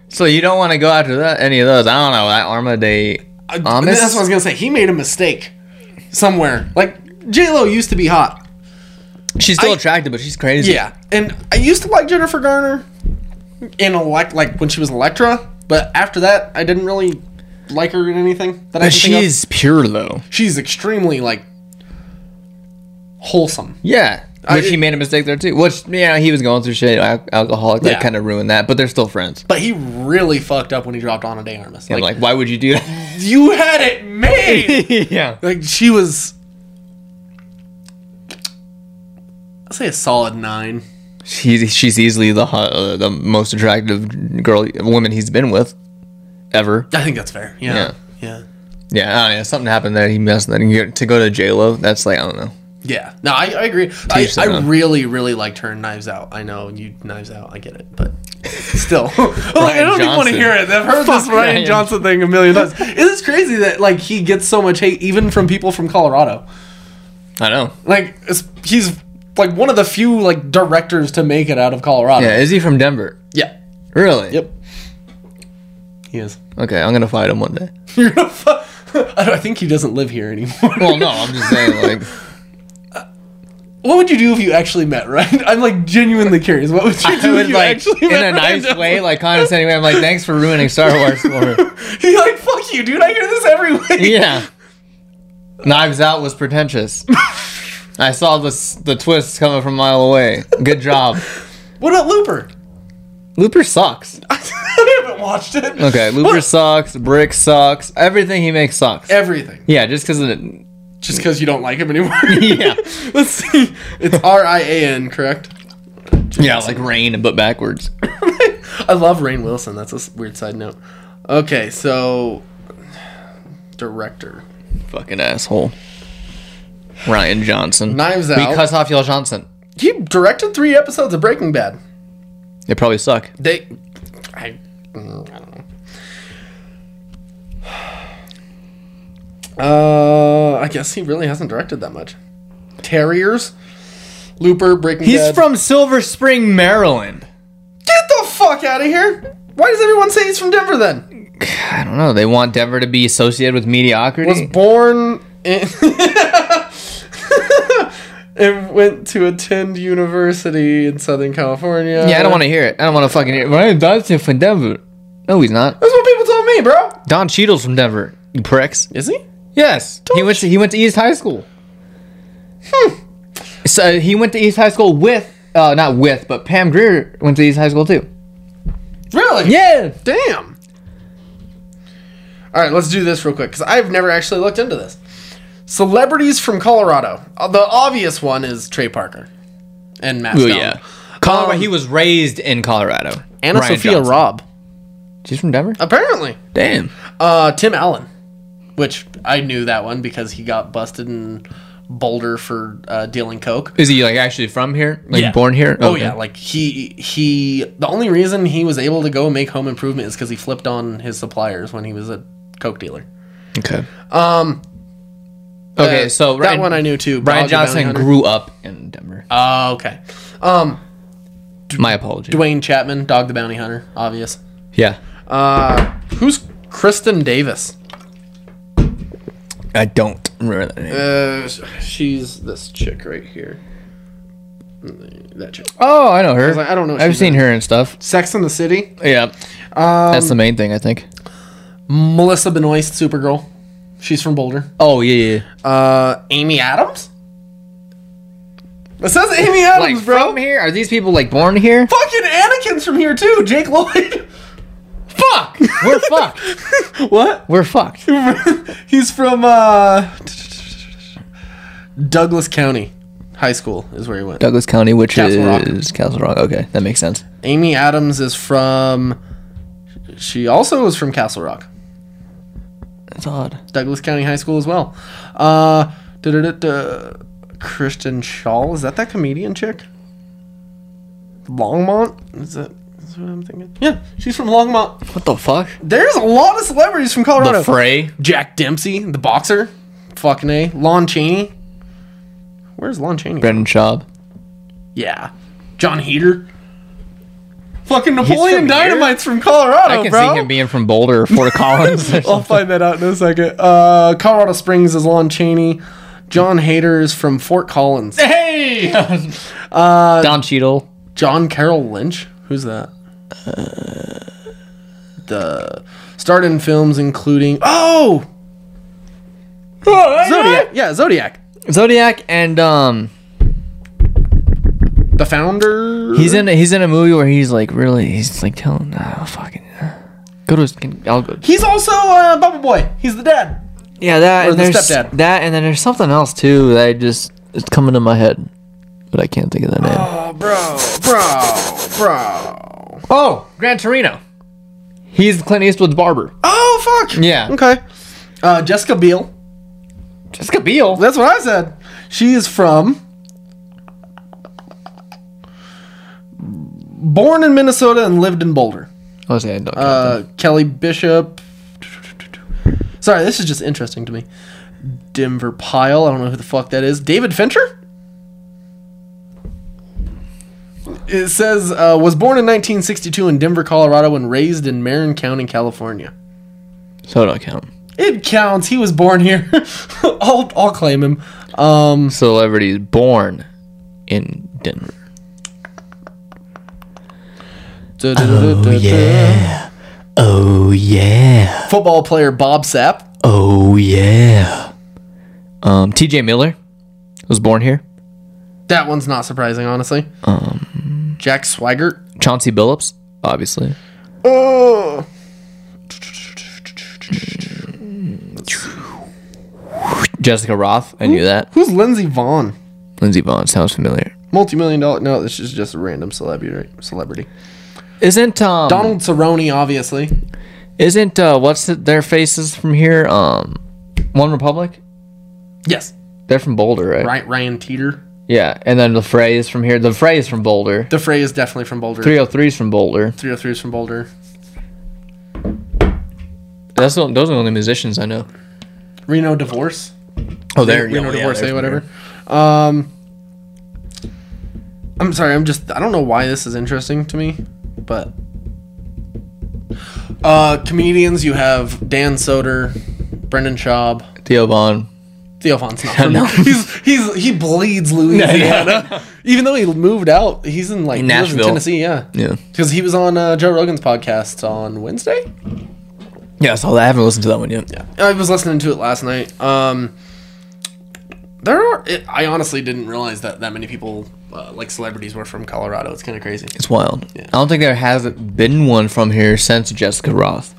So you don't want to go after that any of those. I don't know that Arma Day. I- Amos? That's what I was gonna say. He made a mistake somewhere. Like J Lo used to be hot. She's still I- attractive, but she's crazy. Yeah, and I used to like Jennifer Garner in elect like when she was Electra, but after that, I didn't really like her in anything. That I can But she think of. is pure though. she's extremely like wholesome. Yeah. I- Which he made a mistake there too. Which yeah, he was going through shit, al- alcoholic. That Yeah. kind of ruined that. But they're still friends. But he really fucked up when he dropped Ana de Armas. Like, Like, like why would you do that? you had it made. yeah. like she was I'll say a solid nine. She's she's easily the hot, uh, the most attractive girl woman he's been with ever. I think that's fair. Yeah. Yeah. Yeah, I don't know, something happened there. He messed that. and you- To go to J Lo, that's like I don't know. Yeah. No, I, I agree. I, Teach them, I huh? really, really liked her in Knives Out. I know you Knives Out, I get it, but still. Like, I don't even want to Johnson. hear it. I've heard this Fuck Ryan Ryan. Johnson thing a million times. it is crazy that like he gets so much hate even from people from Colorado. I know. Like it's, he's like one of the few like directors to make it out of Colorado. Yeah, is he from Denver? yeah. Really? Yep. He is. Okay, I'm gonna fight him one day. You're gonna fu- I, don't, I think he doesn't live here anymore. Well, no, I'm just saying like What would you do if you actually met Ryan? I'm like genuinely curious. What would you do I would if you like actually in met a nice Ryan? way, like condescending way. I'm like, thanks for ruining Star Wars for me. He's like, fuck you, dude. I hear this every week. Yeah. Knives Out was pretentious. I saw the s- the twists coming from a mile away. Good job. What about Looper? Looper sucks. I haven't watched it. Okay, Looper sucks. Brick sucks. Everything he makes sucks. Everything. yeah, just because it. Just because you don't like him anymore. Yeah. Let's see. It's R I A N, correct? Yeah, like rain, but backwards. I love Rain Wilson. That's a s- weird side note. Okay, so. Director. Fucking asshole. Ryan Johnson. Knives Out. We cut off y'all Johnson. He directed three episodes of Breaking Bad. They probably suck. They, I, mm, I don't know. Uh, I guess he really hasn't directed that much. Terriers, Looper, Breaking He's Bad. from Silver Spring, Maryland. Get the fuck out of here! Why does everyone say he's from Denver then? I don't know. They want Denver to be associated with Was mediocrity. born in. and went to attend university in Southern California. yeah, I don't want to hear it. I don't want to fucking hear it. Ryan Johnson from Denver. No, he's not. That's what people told me, bro. Don Cheadle's from Denver. You pricks. Is he? Yes, Hmm. he went. To, he went to East High School. So he went to East High School with, uh, not with, but Pam Greer went to East High School too. Really? Yeah. Damn. All right, let's do this real quick because I've never actually looked into this. Celebrities from Colorado. Uh, The obvious one is Trey Parker and Matt. Oh Stone. yeah, Colorado. Um, he was raised in Colorado. Anna Ryan Sophia Johnson. Robb. She's from Denver. Apparently, Damn. uh, Tim Allen, which I knew that one because he got busted in Boulder for uh, dealing coke. Is he like actually from here? Like Yeah. born here? Oh Okay. yeah, like he he. The only reason he was able to go make home improvement is because he flipped on his suppliers when he was a coke dealer. okay. Um. Okay, Uh, so that one I knew too. Brian Dog the Bounty Johnson Hunter. grew up in Denver. Oh, okay. My apologies. Dwayne Chapman, Dog the Bounty Hunter, obvious. yeah. Who's Kristen Davis? I don't remember that name. Uh, she's this chick right here. Mm, That chick. oh, I know her. I, like, I don't know what I've she's seen in. her and stuff. Sex in the City. Yeah. That's Um, the main thing, I think. Melissa Benoist, Supergirl. She's from Boulder. Oh, yeah, yeah. yeah. Uh, Amy Adams. It says Amy Adams, like, bro. from here? Are these people, like, born here? Fucking Anakin's from here too. Jake Lloyd. Fuck! We're fucked. what? We're fucked. He's from uh, Douglas County High School is where he went. Douglas County, which Castle Rock. is Castle Rock. Okay, that makes sense. Amy Adams is from. She also is from Castle Rock, That's odd. Douglas County High School as well. Uh, da-da-da-da. Kristen Shaw is that that comedian chick? Longmont is that? Is what I'm thinking. Yeah, she's from Longmont. What the fuck? There's a lot of celebrities from Colorado. The Fray? Jack Dempsey, the boxer. Fucking a. Lon Chaney. Where's Lon Chaney? Brendan Schaub. Yeah. John Heater. Fucking Napoleon from here? Dynamite's from Colorado, I can Oh, bro. see him being from Boulder or Fort Collins. or I'll something. find that out in a second. Uh, Colorado Springs is Lon Chaney. John Hader is from Fort Collins. hey! Don Cheadle. John Carroll Lynch. Who's that? Uh. the starred in films including oh Zodiac. Yeah, Zodiac. Zodiac and, um... The founder. He's in he's in a movie where he's like really he's like telling oh fucking go to his can, I'll go He's also uh, Bubble Boy. He's the dad. yeah that Or and the there's stepdad. that and then there's something else too that I just it's coming to my head but I can't think of the name oh Bro, bro, bro. oh Gran Torino he's Clint Eastwood's barber Oh fuck. Yeah. Okay. Uh, Jessica Biel. Jessica Biel That's what I said. She is from. Born in Minnesota and lived in Boulder. oh say I don't Uh, Kelly Bishop. Sorry, this is just interesting to me. Denver Pyle. I don't know who the fuck that is. David Fincher. It says uh, was born in 1962 in Denver, Colorado, and raised in Marin County, California. so it don't count It counts. He was born here. I'll, I'll claim him. celebrities born in Denver Oh, yeah. oh yeah Football player Bob Sapp. oh yeah um T.J. Miller was born here That one's not surprising, honestly. Jack Swigert. Chauncey Billups obviously Oh. Jessica Roth. I knew that. Who's Lindsey Vaughn? Lindsay Vaughn sounds familiar. Multi-million dollar. No, this is just a random celebrity. Right? Celebrity. Isn't um Donald Cerrone, obviously. isn't uh what's it, their faces from here? Um, One Republic. Yes. They're from Boulder, right? Right. Ryan Teeter. Yeah, and then the Fray is from here. The Fray is from Boulder. The Fray is definitely from Boulder. Three hundred three is from Boulder. 303 is from Boulder. That's the, those are the only musicians I know. Reno Divorce. Oh, they're Reno Divorce, eh, whatever. Um. I'm sorry. I'm just. I don't know why this is interesting to me, but. Uh, comedians. You have Dan Soder, Brendan Schaub, Theo Vaughn. Theo Font's not from he's, he's he bleeds Louisiana. Even though he moved out, he's in like In he lives in Nashville. Tennessee, yeah. Yeah. Because he was on uh, Joe Rogan's podcast on Wednesday. Yeah, so I haven't listened to that one yet. Yeah. I was listening to it last night. Um, there are. It, I honestly didn't realize that that many people uh, like celebrities were from Colorado. It's kind of crazy. It's wild. I don't think there hasn't been one from here since Jessica Roth,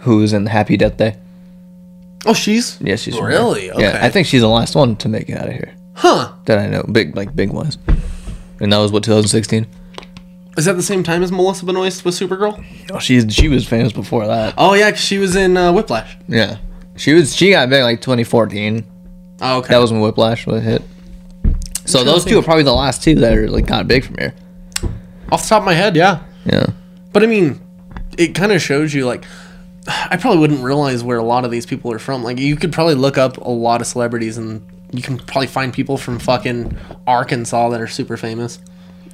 who's in Happy Death Day. Oh, she's Yeah, she's from here. really Yeah, I think she's the last one to make it out of here Huh? that I know, big like big wise. And that was what 2016. Is that the same time as Melissa Benoist was Supergirl? Oh, she's she was famous before that. Oh yeah, 'cause she was in uh, Whiplash. Yeah, she was she got big like 2014. Oh, okay. That was when Whiplash was a hit. So those two are probably the last two that are like got big from here. off the top of my head. Yeah, Yeah, but I mean, it kind of shows you like. I probably wouldn't realize where a lot of these people are from. Like, you could probably look up a lot of celebrities, and you can probably find people from fucking Arkansas that are super famous.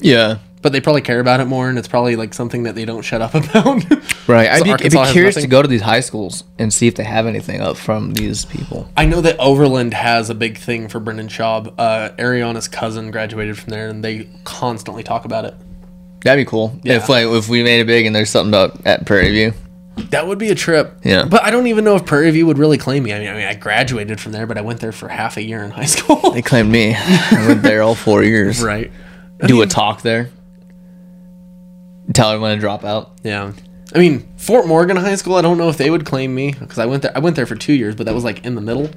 yeah. But they probably care about it more, and it's probably like something that they don't shut up about. Right. I'd So be, I'd be Arkansas has curious to nothing? go to these high schools and see if they have anything up from these people. I know that Overland has a big thing for Brendan Schaub. Uh, Ariana's cousin graduated from there, and they constantly talk about it. That'd be cool. Yeah. If like if we made it big and there's something about at Prairie View. That would be a trip. Yeah. But I don't even know if Prairie View would really claim me. I mean, I mean, I graduated from there, but I went there for half a year in high school. They claimed me. I went there all four years. right. Do a talk there. Tell everyone to drop out. Yeah. I mean, Fort Morgan High School. I don't know if they would claim me because I went there. I went there for two years, but that was like in the middle.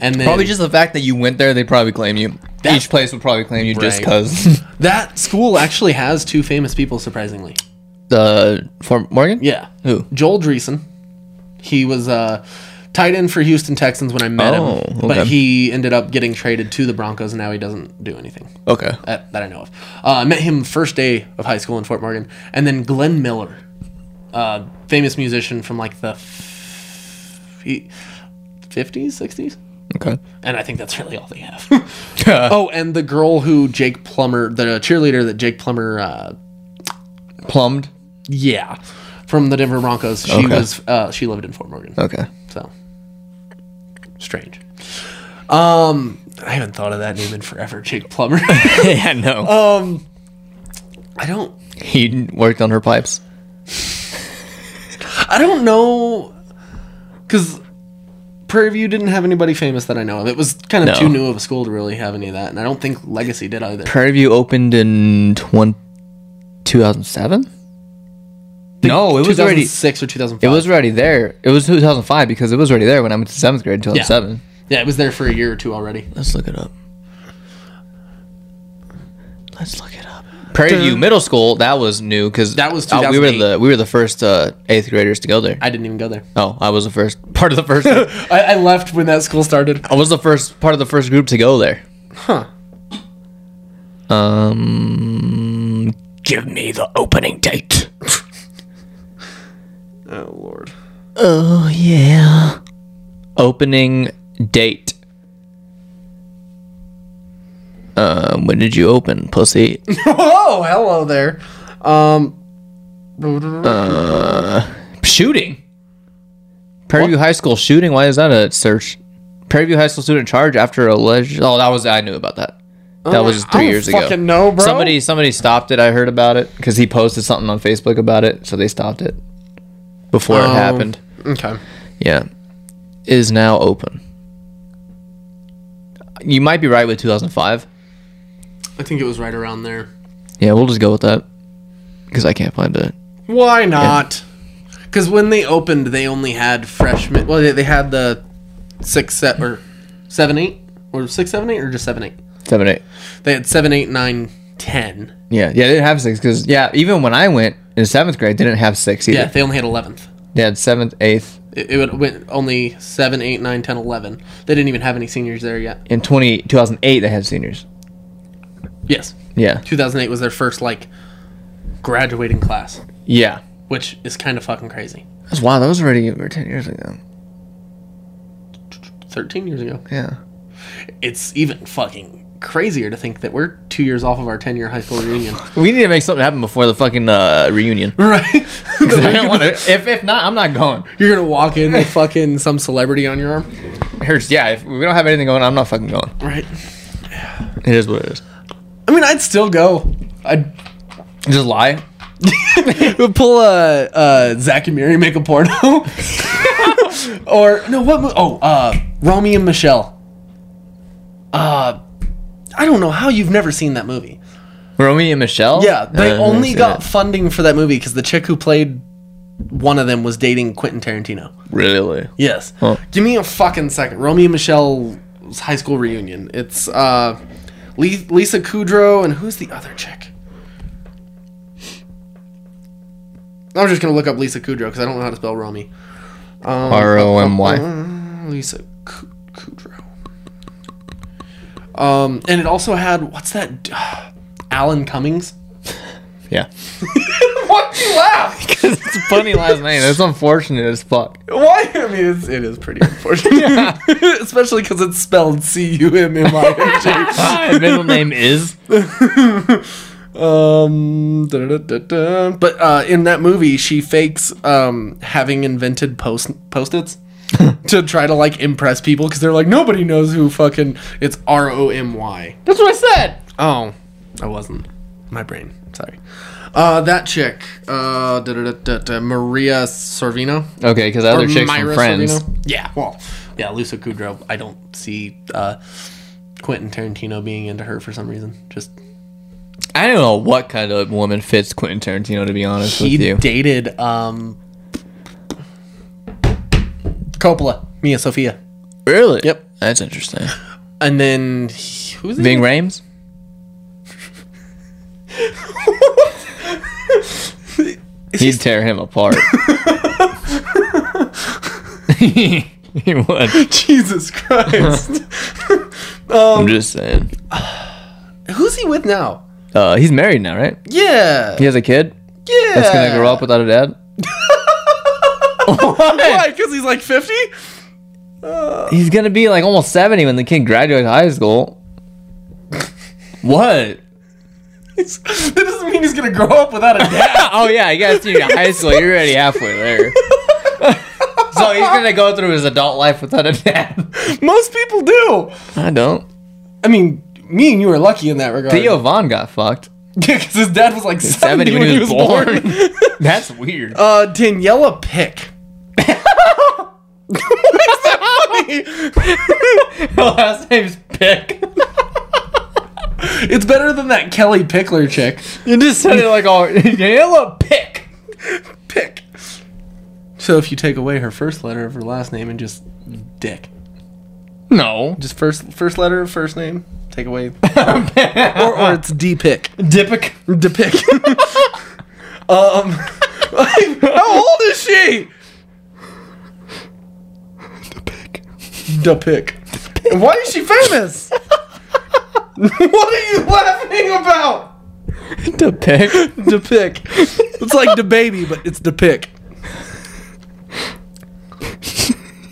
And then Probably just the fact that you went there, they probably claim you. That- Each place would probably claim you just Right. 'cause just because. that school actually has two famous people, surprisingly. the for Morgan? Yeah. Who? Joel Dreesen. He was uh, tight end for Houston Texans when I met him, Oh, okay. but he ended up getting traded to the Broncos, and now he doesn't do anything. Okay. that, that I know of. Uh, I met him first day of high school in Fort Morgan, and then Glenn Miller, uh, famous musician from like the e, fifties, sixties, Okay. and I think that's really all they have. oh, and the girl who Jake Plummer, the cheerleader that Jake Plummer, uh, Plumbed. yeah, from the Denver Broncos, she Okay. was uh, she lived in Fort Morgan, Okay. so strange. Um, I haven't thought of that name in forever, Jake Plummer. yeah, no. I don't Oh. he worked on her pipes. I don't know, because Prairie View didn't have anybody famous that I know of. It was kind of No. too new of a school to really have any of that, and I don't think Legacy did either. Prairie View opened in 20, 2007? No, Oh, it was already six or two thousand it five. was already there. It was 2005 because it was already there when I went to 7th grade in 2007. yeah, it was there for a year or two already. Let's look it up. Let's look it up. Prairie View Middle School, that was new cuz That was we were 2008. the we were the first uh, 8th graders to go there. I didn't even go there. oh, I was the first part of the first I I, I left when that school started. was the first part of the first group to go there. Huh? Um, Give me the opening date. Oh lord. Oh yeah. Opening date. Um, when did you open, pussy? Oh, hello there. Um, shooting. Prairie View High School shooting. Why is that a search? Prairie View High School student charged after alleged. Oh, that was I knew about that. That was just Uh, I three don't years ago. fucking know, bro. Somebody somebody stopped it. I heard about it because he posted something on Facebook about it, so they stopped it before it Oh. happened. okay. Yeah. Is now open. You might be right with 2005. I think it was right around there. Yeah, we'll just go with that. Because I can't find it. Why not? Because when they opened, they only had freshmen. Well, they, they had the six, set or seven, eight, or six, seven, eight, or just seven, eight. 7 8. They had seven, eight, nine, ten. Yeah, yeah, they didn't have six. Because, yeah, even when I went in seventh grade, they didn't have six either. Yeah, they only had eleventh. They had seventh, eighth. It, it would- went only seven, eight, nine, ten, eleven. They didn't even have any seniors there yet. In 20, 2008, they had seniors. Yes, Yeah. two thousand eight was their first like graduating class, Yeah. which is kind of fucking crazy. That's wow, that was already over 10 years ago. Thirteen years ago, Yeah. it's even fucking crazier to think that we're two years off of our ten-year high school reunion, We need to make something happen before the fucking uh, reunion. right? 'Cause I don't wanna, if, if not, I'm not going. You're gonna walk in with fucking some celebrity on your arm, Here's, yeah, if we don't have anything going, I'm not fucking going. right? It is what it is. I mean, I'd still go. I'd Just lie. pull a uh, Zach and Mary make a porno, or no, what? mo- Oh, uh, Romeo and Michelle. Uh, I don't know how you've never seen that movie. Romy and Michelle? Yeah, they Uh, only I've got seen funding for that movie because the chick who played one of them was dating Quentin Tarantino. Really? Yes. Huh. Give me a fucking second. Romeo and Michelle's high school reunion. It's uh, Le- Lisa Kudrow and who's the other chick? I'm just gonna look up Lisa Kudrow because I don't know how to spell Romy. R O M Y. Lisa Ku- Kudrow. Um, and it also had what's that? d- Alan Cummings. Yeah. What do you laugh? it's a funny last name. That's unfortunate as fuck. Why? I mean, it's, it is pretty unfortunate, especially because it's spelled C U M M I N G. His middle name is. Um, da-da-da-da. but uh, in that movie, she fakes um, having invented post post its to try to like impress people because they're like nobody knows who fucking it's R O M Y. That's what I said. Oh, I wasn't. My brain. Sorry. Uh, that chick, uh, da-da-da-da-da, Maria Sorvino. Okay, because the other chick's from Myra Friends. Sorvino. Yeah. Well, yeah, Lisa Kudrow. I don't see uh, Quentin Tarantino being into her for some reason. Just I don't know what kind of woman fits Quentin Tarantino. To be honest he with you, dated um Coppola, Mia Sophia, really? Yep. That's interesting. and then he- who's the Ving Rhames. He'd tear him apart. he would. Jesus Christ, Um, I'm just saying. who's he with now? Uh, he's married now, right? Yeah, He has a kid yeah. that's gonna grow up without a dad. Why? Because he's like fifty. He's gonna be like almost seventy when the kid graduates high school. what? That doesn't mean he's gonna grow up without a dad. oh yeah, I guess you high school. You're already halfway there. so he's gonna go through his adult life without a dad. Most people do. I don't. I mean, me and you are lucky in that regard. Theo Vaughn got fucked. yeah, because his dad was like seventy, Seventy when he was born. That's weird. Uh, Daniela Pick. Her last name's Pick. It's better than that Kelly Pickler chick. You just said it like all Daniela Pick. Pick. So if you take away her first letter of her last name and just dick, No. just first first letter of first name, take away, or, or it's D pick, Dippick. D pick. um, how old is she? The pick. The pick. And why is she famous? what are you laughing about? Dippick. The pick. It's like the baby, but it's the pick.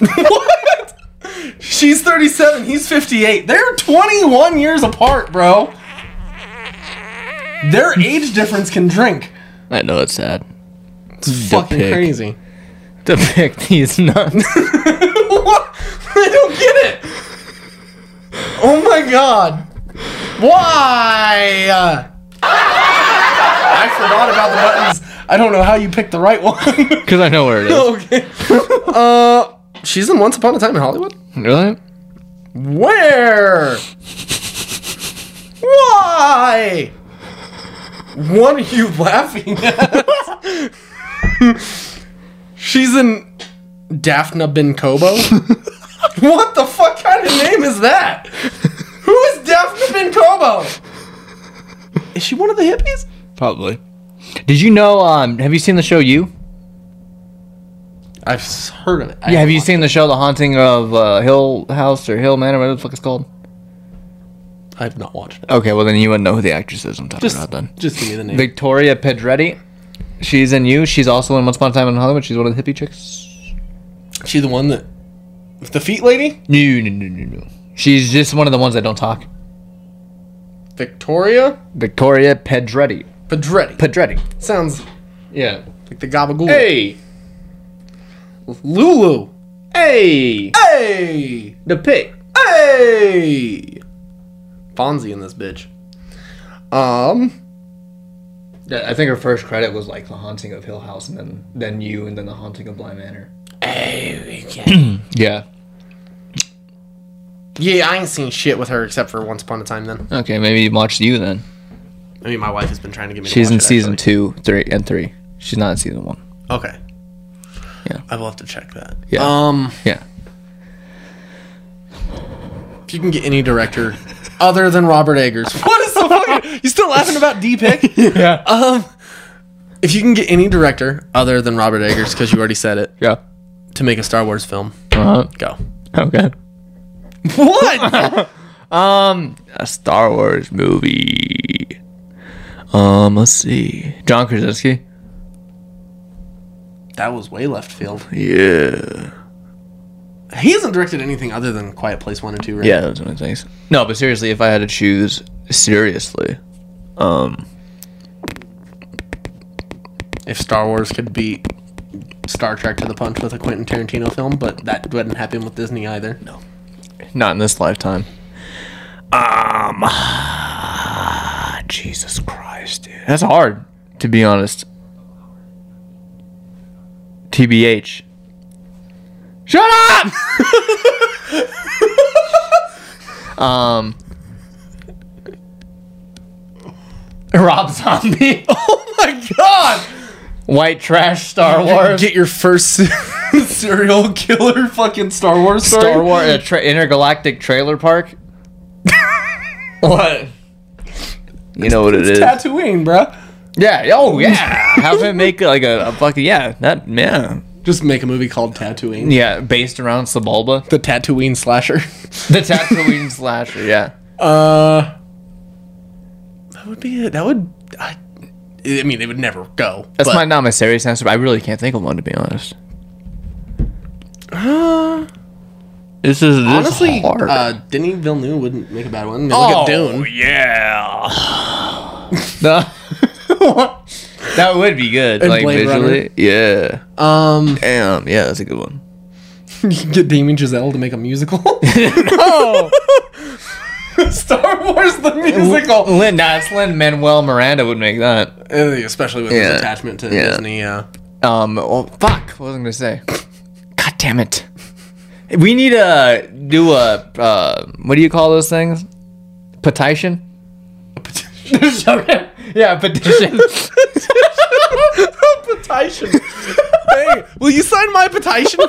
what? She's 37, he's 58. They're 21 years apart, bro. Their age difference can drink. I know it's sad. It's fucking Pick. crazy. Depict these nuts. What? I don't get it. Oh my god. Why? I forgot about the buttons. I don't know how you picked the right one. Because I know where it is. okay. Uh, she's in Once Upon a Time in Hollywood. Really? Where? Why? What are you laughing at? she's in Daphne Binkobo. what the fuck kind of name is that? Who is Daphne Binkobo? Is she one of the hippies? Probably. Did you know? Um, have you seen the show You? I've s- heard of it. I yeah. Have you watched- seen the show The Haunting of uh, Hill House or Hill Manor, whatever the fuck it's called? I've not watched it. Okay, well then you wouldn't know who the actress is. I'm talking Just, about then. just give me the name. Victoria Pedretti. She's in You. She's also in Once Upon a Time in Hollywood. She's one of the hippie chicks. she the one that the feet lady? No, no, no, no, no. She's just one of the ones that don't talk. Victoria Victoria Pedretti. Pedretti. Pedretti. Sounds Yeah. like the gabagool. Hey, Lulu. hey, Hey, the pig. hey. Fonzie in this bitch. Um, I think her first credit was like The Haunting of Hill House, and then then You, and then The Haunting of Bly Manor. yeah. yeah, I ain't seen shit with her except for Once Upon a Time. Then Okay, maybe you watched You then. I mean, my wife has been trying to get me. She's to in watch it, season actually. two, three, and three. She's not in season one. Okay, Yeah. I will have to check that. Yeah. Um, Yeah. if you can get any director other than Robert Eggers, what is the fucking? You still laughing about D pick? Yeah. Um, if you can get any director other than Robert Eggers, because you already said it, Yeah. to make a Star Wars film, Uh, go. okay. What? Um, a Star Wars movie. Um, let's see. John Krasinski. that was way left field. Yeah. He hasn't directed anything other than Quiet Place One and Two, right? Yeah, those are the things. No, but seriously, if I had to choose, seriously, um, If Star Wars could beat Star Trek to the punch with a Quentin Tarantino film, but that didn't happen with Disney either. No. not in this lifetime. Um, Jesus Christ, dude, that's hard to be honest. TBH. Shut up. um. Rob Zombie. Oh my God! White trash Star Wars. Get your first serial killer fucking Star Wars story. Star Wars uh, tra- intergalactic trailer park. what? You know what it is? Tatooine, bruh. yeah. Oh yeah. Have him make like a, a fucking yeah. That yeah. Just make a movie called Tatooine. Yeah. Based around Sabalba, The Tatooine slasher. the Tatooine slasher. Yeah. Uh, that would be it. That would. I, I mean, it would never go. That's but- my not my serious answer. But I really can't think of one to be honest. This is this Honestly, honestly hard. uh, Denis Villeneuve wouldn't make a bad one. I mean, look at Dune. yeah. that would be good, And like Blade visually. Yeah. Um, Damn. Yeah, that's a good one. you can get Damien Giselle to make a musical. Oh, Star Wars the musical, Lin, nah, it's Lin Manuel Miranda would make that. Uh, especially with Yeah. his attachment to Yeah. Disney. Uh, Um, well, fuck. What was I gonna say? God damn it. We need to do a uh, what do you call those things? Petition. okay. Yeah, petition. petition. hey, will you sign my petition?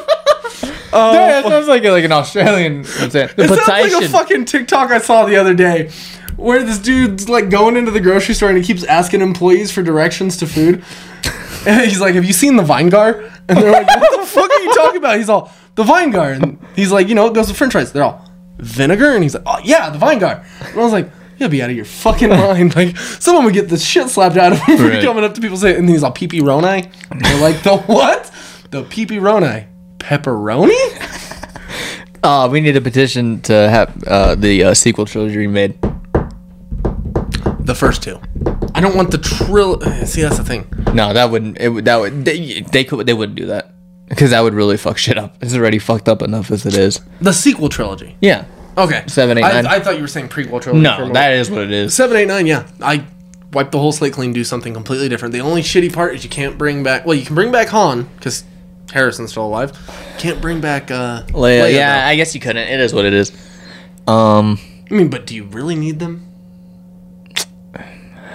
that sounds like like an Australian. I'm saying Oh, the It sounds like a petition. fucking TikTok I saw the other day where this dude's like going into the grocery store and he keeps asking employees for directions to food. And he's like, Have you seen the Vinegar? And they're like, What the fuck are you talking about? He's all, The Vinegar. And he's like, You know, it goes with french fries. They're all, Vinegar? And he's like, Oh, yeah, the Vinegar. And I was like, You'll be out of your fucking mind. Like, someone would get the shit slapped out of him for Right. coming up to people saying, and he's all, Peepee Roni? And They're like, The what? The Peepee Roni. Pepperoni? uh, we need a petition to have uh, the uh, sequel trilogy remade. The first two. I don't want the trill. See, that's the thing. No, that wouldn't. It would. That would. They, they could. They wouldn't do that because that would really fuck shit up. It's already fucked up enough as it is. The sequel trilogy. Yeah. Okay. Seven, eight, I, nine. I thought you were saying prequel trilogy. for a No, moment. that is what it is. Seven, eight, nine. Yeah, I wipe the whole slate clean. Do something completely different. The only shitty part is you can't bring back. Well, you can bring back Han because Harrison's still alive. Can't bring back uh, Leia, Leia, yeah, I guess you couldn't. It is what it is. Um. though. I mean, but do you really need them?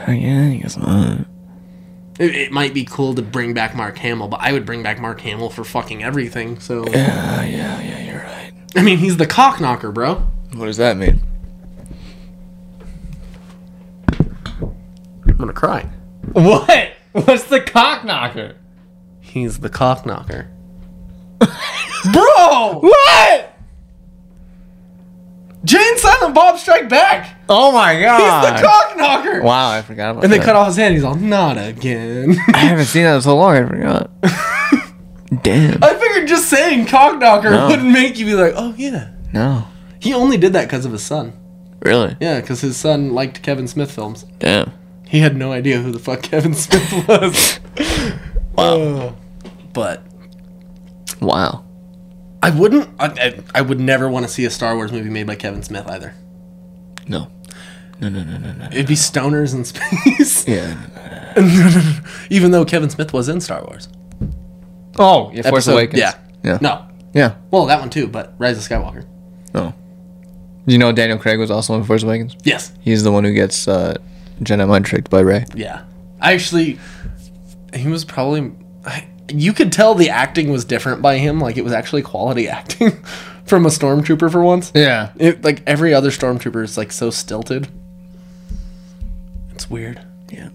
Oh, Yeah, "Uh, I guess not. It, it might be cool to bring back Mark Hamill, but I would bring back Mark Hamill for fucking everything. So Uh, yeah, yeah, you're right. I mean, he's the cock knocker, bro. What does that mean? I'm gonna cry. What? What's the cock knocker? He's the cock knocker. Bro! What? Jane Silent Bob Strike Back. Oh my god! He's the cock knocker. Wow, I forgot about And they that. cut off his hand. He's all, not again. I haven't seen that in so long. I forgot. Damn. I figured just saying cock knocker No. wouldn't make you be like, oh yeah. No. He only did that because of his son. Really? Yeah, because his son liked Kevin Smith films. Damn. He had no idea who the fuck Kevin Smith was. wow. But Wow. I wouldn't. I, I, I would never want to see a Star Wars movie made by Kevin Smith either. No. No. No. No. No. No. It'd be stoners in space. Yeah. Even though Kevin Smith was in Star Wars. Oh, yeah, Force Episode- Awakens. Yeah. Yeah. No. Yeah. Well, that one too, but Rise of Skywalker. No. You know Daniel Craig was also in Force Awakens? Yes. He's the one who gets uh, Jedi mind tricked by Rey. Yeah. I actually, he was probably, I, you could tell the acting was different by him. Like it was actually quality acting from a stormtrooper for once. Yeah. It, like every other stormtrooper is like so stilted. It's weird. Yeah.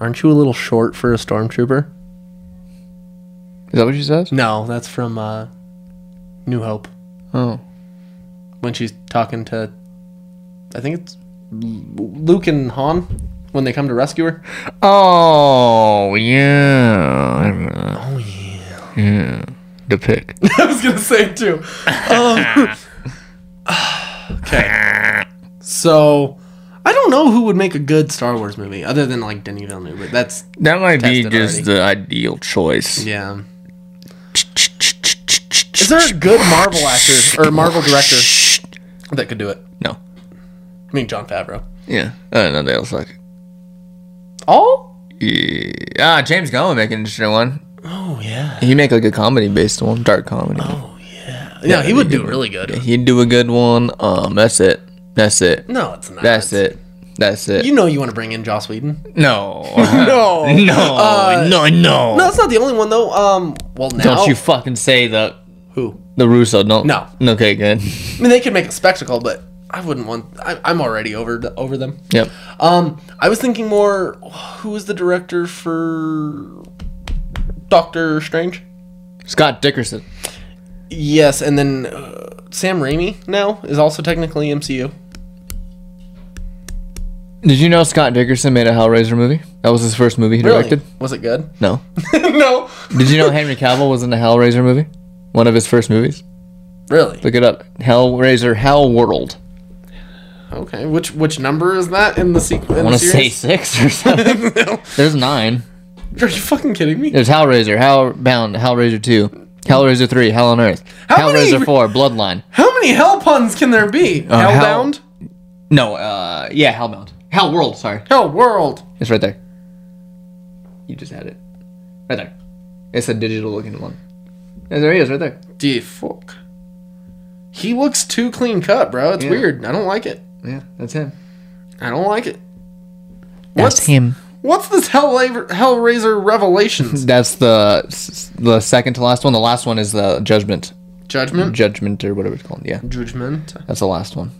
Aren't you a little short for a stormtrooper? Is that what she says? No, that's from uh, New Hope Oh. when she's talking to, I think it's L- Luke and Han when they come to rescue her. Oh yeah. I remember that. Oh yeah. Yeah. The pick. I was gonna say it too. Um, okay. So I don't know who would make a good Star Wars movie other than like Denis Villeneuve. But that's That might be Tested just already. the ideal choice. yeah. Is there a good Marvel actor or Marvel director that could do it? No. I mean, John Favreau. Yeah. Uh, no, they all suck. Oh. Yeah. Ah, James Gunn would make an interesting one. Oh yeah. He'd make like a comedy based one, dark comedy. Oh. Yeah, he would do really good. He'd do a good one. Um, that's it. That's it. No, it's not. That's it. That's it. You know you want to bring in Joss Whedon. no. No. Uh, no. no. No, No. that's not the only one though. Um. Well, now Don't you fucking say the who? the Russo. Don't. No. Okay. Good. I mean, they could make a spectacle, but I wouldn't want. I, I'm already over the, over them. Yep. Um, I was thinking more. Who was the director for Doctor Strange? Scott Dickerson. Yes, and then uh, Sam Raimi now is also technically MCU. Did you know Scott Dickerson made a Hellraiser movie? That was his first movie he Really? directed. Was it good? No. no. Did you know Henry Cavill was in a Hellraiser movie? One of his first movies. Really? Look it up. Hellraiser, Hell World. Okay. Which which number is that in the sequel? I want to say six or something. There's nine. Are you fucking kidding me? There's Hellraiser, Hellbound, Hellraiser 2, Hellraiser 3, Hell on Earth, How many- Hellraiser 4, Bloodline. How many hell puns can there be? hell- Hellbound. No, uh, yeah, Hellbound. Hell World, sorry. Hell world. It's right there. You just had it. Right there. It's a digital looking one. Yeah, There he is, right there. D fuck. He looks too clean cut, bro. It's weird. I don't like it. Yeah, that's him. I don't like it. That's him. What's this Hellraiser, Hellraiser Revelations? That's the s- the second to last one. The last one is the Judgment. Judgment? Judgment or whatever it's called. Yeah, Judgment. that's the last one.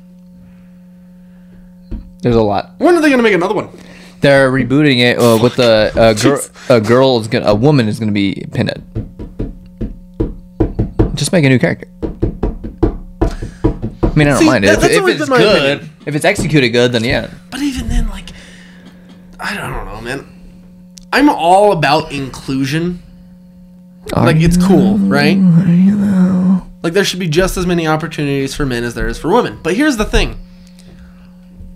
There's a lot. When are they going to make another one? They're rebooting it uh, with a a, gir- a girl is gonna a woman is gonna be Pinhead. Just make a new character. I mean, I don't See, mind it. that- If, that's if always it's been my good, opinion. if it's executed good, then yeah. But even then, like, I don't, I don't know, man. I'm all about inclusion. like, it's cool, right? Like, there should be just as many opportunities for men as there is for women. But here's the thing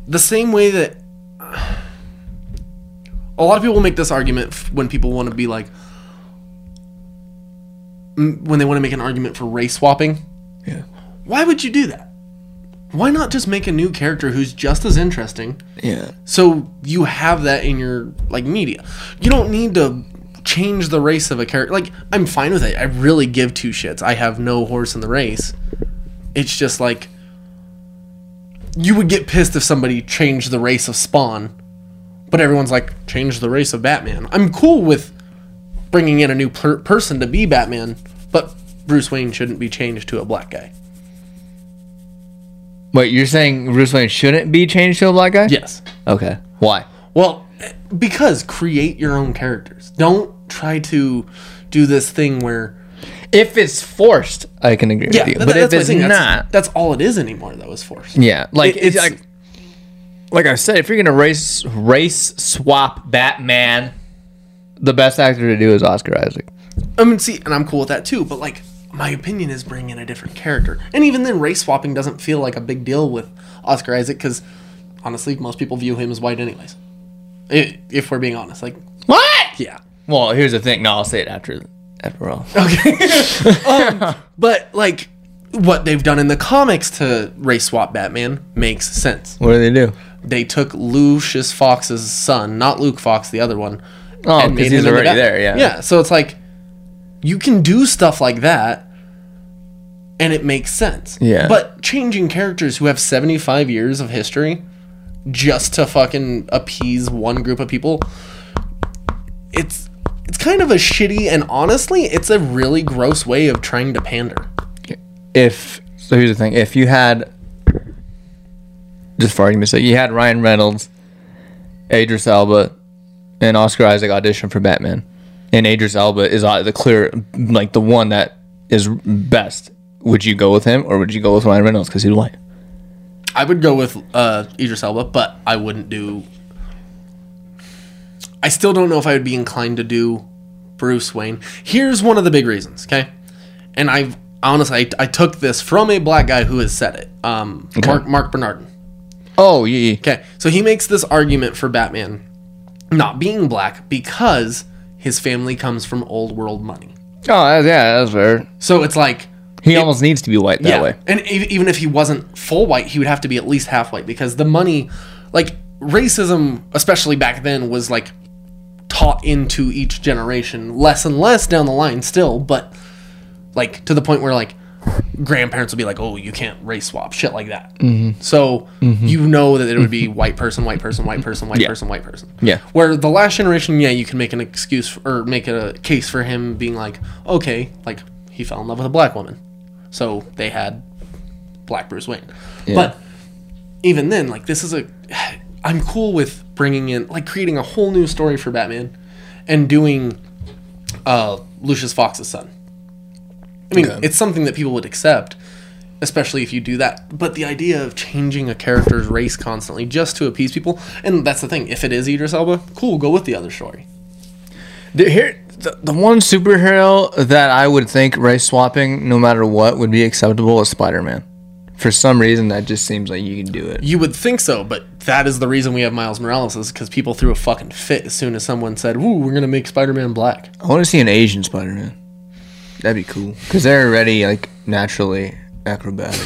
the same way that a lot of people make this argument f- when people want to be like, m- when they want to make an argument for race swapping. Yeah. Why would you do that? Why not just make a new character who's just as interesting Yeah. so you have that in your like media. You don't need to change the race of a character. Like I'm fine with it. I really give two shits. I have no horse in the race. It's just like you would get pissed if somebody changed the race of Spawn, but everyone's like change the race of Batman. I'm cool with bringing in a new per- person to be Batman, but Bruce Wayne shouldn't be changed to a black guy. Wait, you're saying Bruce Wayne shouldn't be changed to a black guy? Yes. Okay. Why? Well, because create your own characters. Don't try to do this thing where If it's forced, I can agree with you. that- but if my it's thing. not, that's, that's all it is anymore. Though is forced. yeah, like It- it's, it's- like, like I said, if you're gonna race race swap Batman, the best actor to do is Oscar Isaac. I mean, see, and I'm cool with that too. But like, my opinion is bring in a different character, and even then, race swapping doesn't feel like a big deal with Oscar Isaac because honestly, most people view him as white anyways. I if we're being honest, like, What? yeah. Well, here's the thing. No, I'll say it after after all. Um, But like, what they've done in the comics to race swap Batman makes sense. What do they do? they took Lucius Fox's son, not Luke Fox, the other one. Oh, and 'cause made he's him in the already Bat- there, yeah. Yeah. So it's like you can do stuff like that, and it makes sense. Yeah. But changing characters who have seventy-five years of history just to fucking appease one group of people, it's it's kind of a shitty and honestly, it's a really gross way of trying to pander. if so here's the thing if you had just for argument's sake you had ryan reynolds adris alba and oscar isaac audition for batman and adris alba is uh, the clear like the one that is best would you go with him or would you go with ryan reynolds because he's white I would go with uh, Idris Elba, but I wouldn't do. I still don't know if I would be inclined to do Bruce Wayne. Here's one of the big reasons, okay? And I've honestly, I, I took this from a black guy who has said it, um, Mark Mark Bernardin. oh yeah, yeah. Okay, so he makes this argument for Batman not being black because his family comes from old world money. oh that- yeah that's fair So it's like he almost needs to be white that way and ev- even if he wasn't full white, he would have to be at least half white because the money, like racism, especially back then, was like taught into each generation, less and less down the line still, but like to the point where like grandparents would be like, oh, you can't race swap, shit like that. Mm-hmm. So you know that it would be white person, white person, white person, white Yeah. person, white person. Yeah. Where the last generation, yeah, you can make an excuse or make a case for him being like, okay, like he fell in love with a black woman. So they had Black Bruce Wayne. But even then, like this is a, I'm cool with bringing in like creating a whole new story for Batman, and doing, uh, Lucius Fox's son. I mean, it's something that people would accept, especially if you do that. But the idea of changing a character's race constantly just to appease people, and that's the thing. If it is Idris Elba, cool, go with the other story. The, here, the, the one superhero that I would think race swapping, no matter what, would be acceptable is Spider Man. For some reason, that just seems like you can do it. You would think so, but that is the reason we have Miles Morales is because people threw a fucking fit as soon as someone said, "Ooh, we're gonna make Spider-Man black." I want to see an Asian Spider Man. That'd be cool because they're already like naturally acrobatic.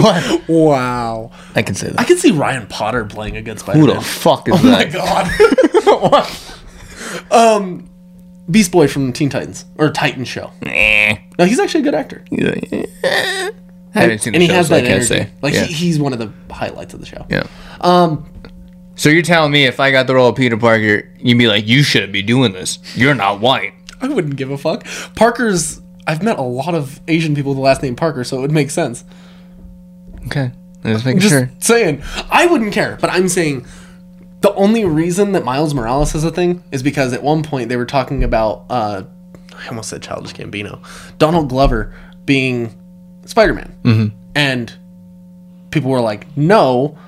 what? Wow. I can say I that. can see Ryan Potter playing a good Spider-Man. Who the fuck is oh my that? god. um, Beast Boy from Teen Titans or Titan Show. Eh. No, he's actually a good actor, He's like, eh. I haven't seen the and he show, has so I that can't energy. say. Like yeah. he, he's one of the highlights of the show. yeah. Um. So you're telling me if I got the role of Peter Parker, you'd be like, you shouldn't be doing this. You're not white. I wouldn't give a fuck. Parker's. I've met a lot of Asian people with the last name Parker, so it would make sense. Okay. Just making Just sure. saying, I wouldn't care, but I'm saying the only reason that Miles Morales is a thing is because at one point they were talking about uh, I almost said Childish Gambino, Donald Glover being Spider-Man, mm-hmm. and people were like, no.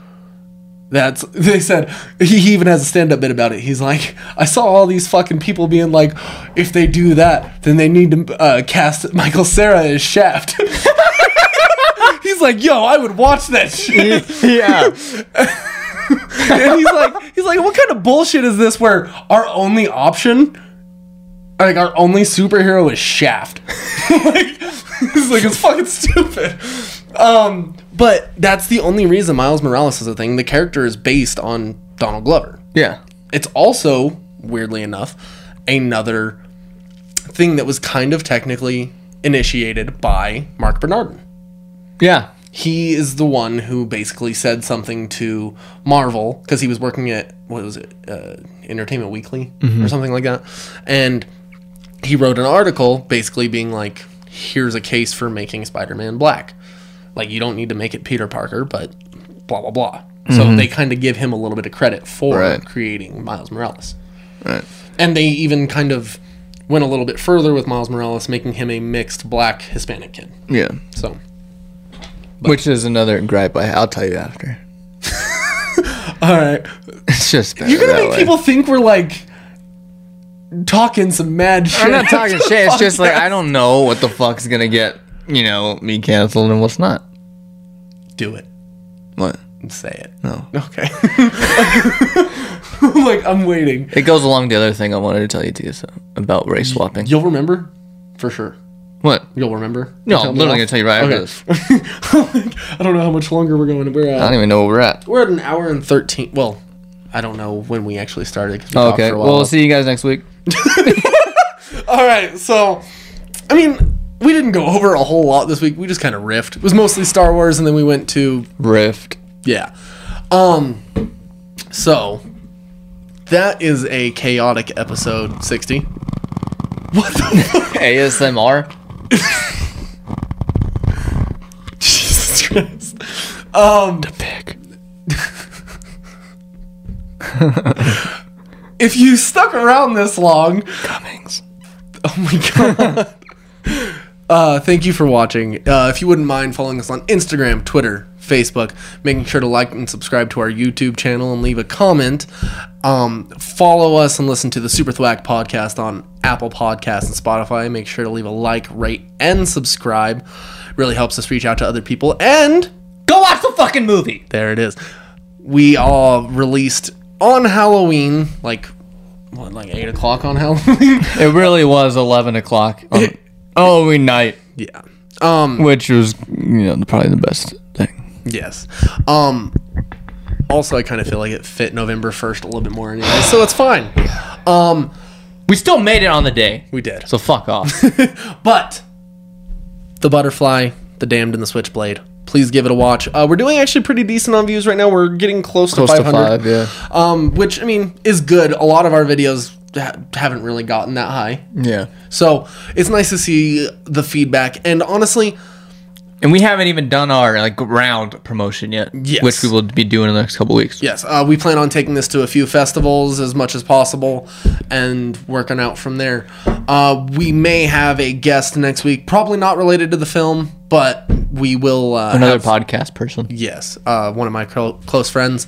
That's they said he he even has a stand up bit about it. He's like, I saw all these fucking people being like, if they do that, then they need to uh, cast Michael Sarah as Shaft. He's like, yo, I would watch that shit. yeah. and he's like, he's like, what kind of bullshit is this? Where our only option, like our only superhero, is Shaft. like, it's like it's fucking stupid. Um, but that's the only reason Miles Morales is a thing. The character is based on Donald Glover. Yeah. It's also weirdly enough another thing that was kind of technically initiated by Mark Bernardin. Yeah. he is the one who basically said something to Marvel because he was working at what was it, uh, Entertainment Weekly or something like that, and he wrote an article basically being like, "Here's a case for making Spider-Man black. Like you don't need to make it Peter Parker, but blah blah blah." So they kind of give him a little bit of credit for Right. creating Miles Morales, Right. and they even kind of went a little bit further with Miles Morales, making him a mixed black Hispanic kid. Yeah. So. Which is another gripe I I'll tell you after. All right. It's just better You're gonna that make way. people think we're like talking some mad shit. I'm not talking shit. It's just like I don't know what the fuck's gonna get, you know, me canceled and what's not. Do it. What? Say it. No. Okay. like I'm waiting. It goes along the other thing I wanted to tell you too, so about race swapping. You'll remember, for sure. What? You'll remember. No, Tell I'm me literally gonna off. tell you right Okay. after this. I I don't know how much longer we're going. We're at don't even know where we're at. we're at an hour and thirteen. Well, I don't know when we actually started. 'cause we talked okay. for a Well, while. we'll see you guys next week. All right, so I mean, we didn't go over a whole lot this week. We just kind of riffed. It was mostly Star Wars, and then we went to Rift. Yeah. Um so that is a chaotic episode 60. What the fuck? ASMR. Jesus Christ. Um, Pick. if you stuck around this long, Cummings. oh my god. Uh, thank you for watching. Uh, if you wouldn't mind following us on Instagram, Twitter, Facebook, making sure to like and subscribe to our YouTube channel and leave a comment. Um, follow us and listen to the Super Thwack podcast on Apple Podcasts and Spotify. Make sure to leave a like, rate, and subscribe. Really helps us reach out to other people. And Go watch the fucking movie. There it is. We all released on Halloween, like what, like eight o'clock on Halloween. It really was 11 o'clock on Halloween night, yeah. Um. which was you know probably the best thing. Yes. Um. Also, I kind of feel like it fit November first a little bit more anyway, so it's fine. Um. We still made it on the day, We did. so fuck off. But the butterfly, the damned, and the switchblade. Please give it a watch. Uh, we're doing actually pretty decent on views right now. We're getting close, to 500, yeah. um, which I mean is good. A lot of our videos ha- haven't really gotten that high. Yeah. So it's nice to see the feedback. And honestly, And we haven't even done our like round promotion yet, Yes. which we will be doing in the next couple weeks. yes, uh, we plan on taking this to a few festivals as much as possible and working out from there. Uh, we may have a guest next week, probably not related to the film, but we will. Uh, Another have- podcast person. Yes, uh, one of my cl- close friends.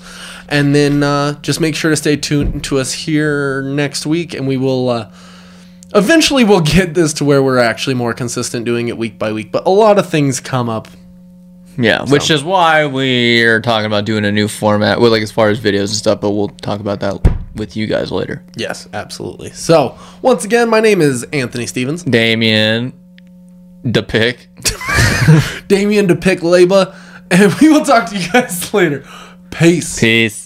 And then uh, just make sure to stay tuned to us here next week, and we will. Uh, Eventually, we'll get this to where we're actually more consistent doing it week by week, but a lot of things come up Yeah, which is why we're talking about doing a new format. Well, like as far as videos and stuff, but we'll talk about that with you guys later. Yes, absolutely. So, once again, my name is Anthony Stevens. Damien, the pick. Damien DePick Leba, and we will talk to you guys later. Peace. Peace.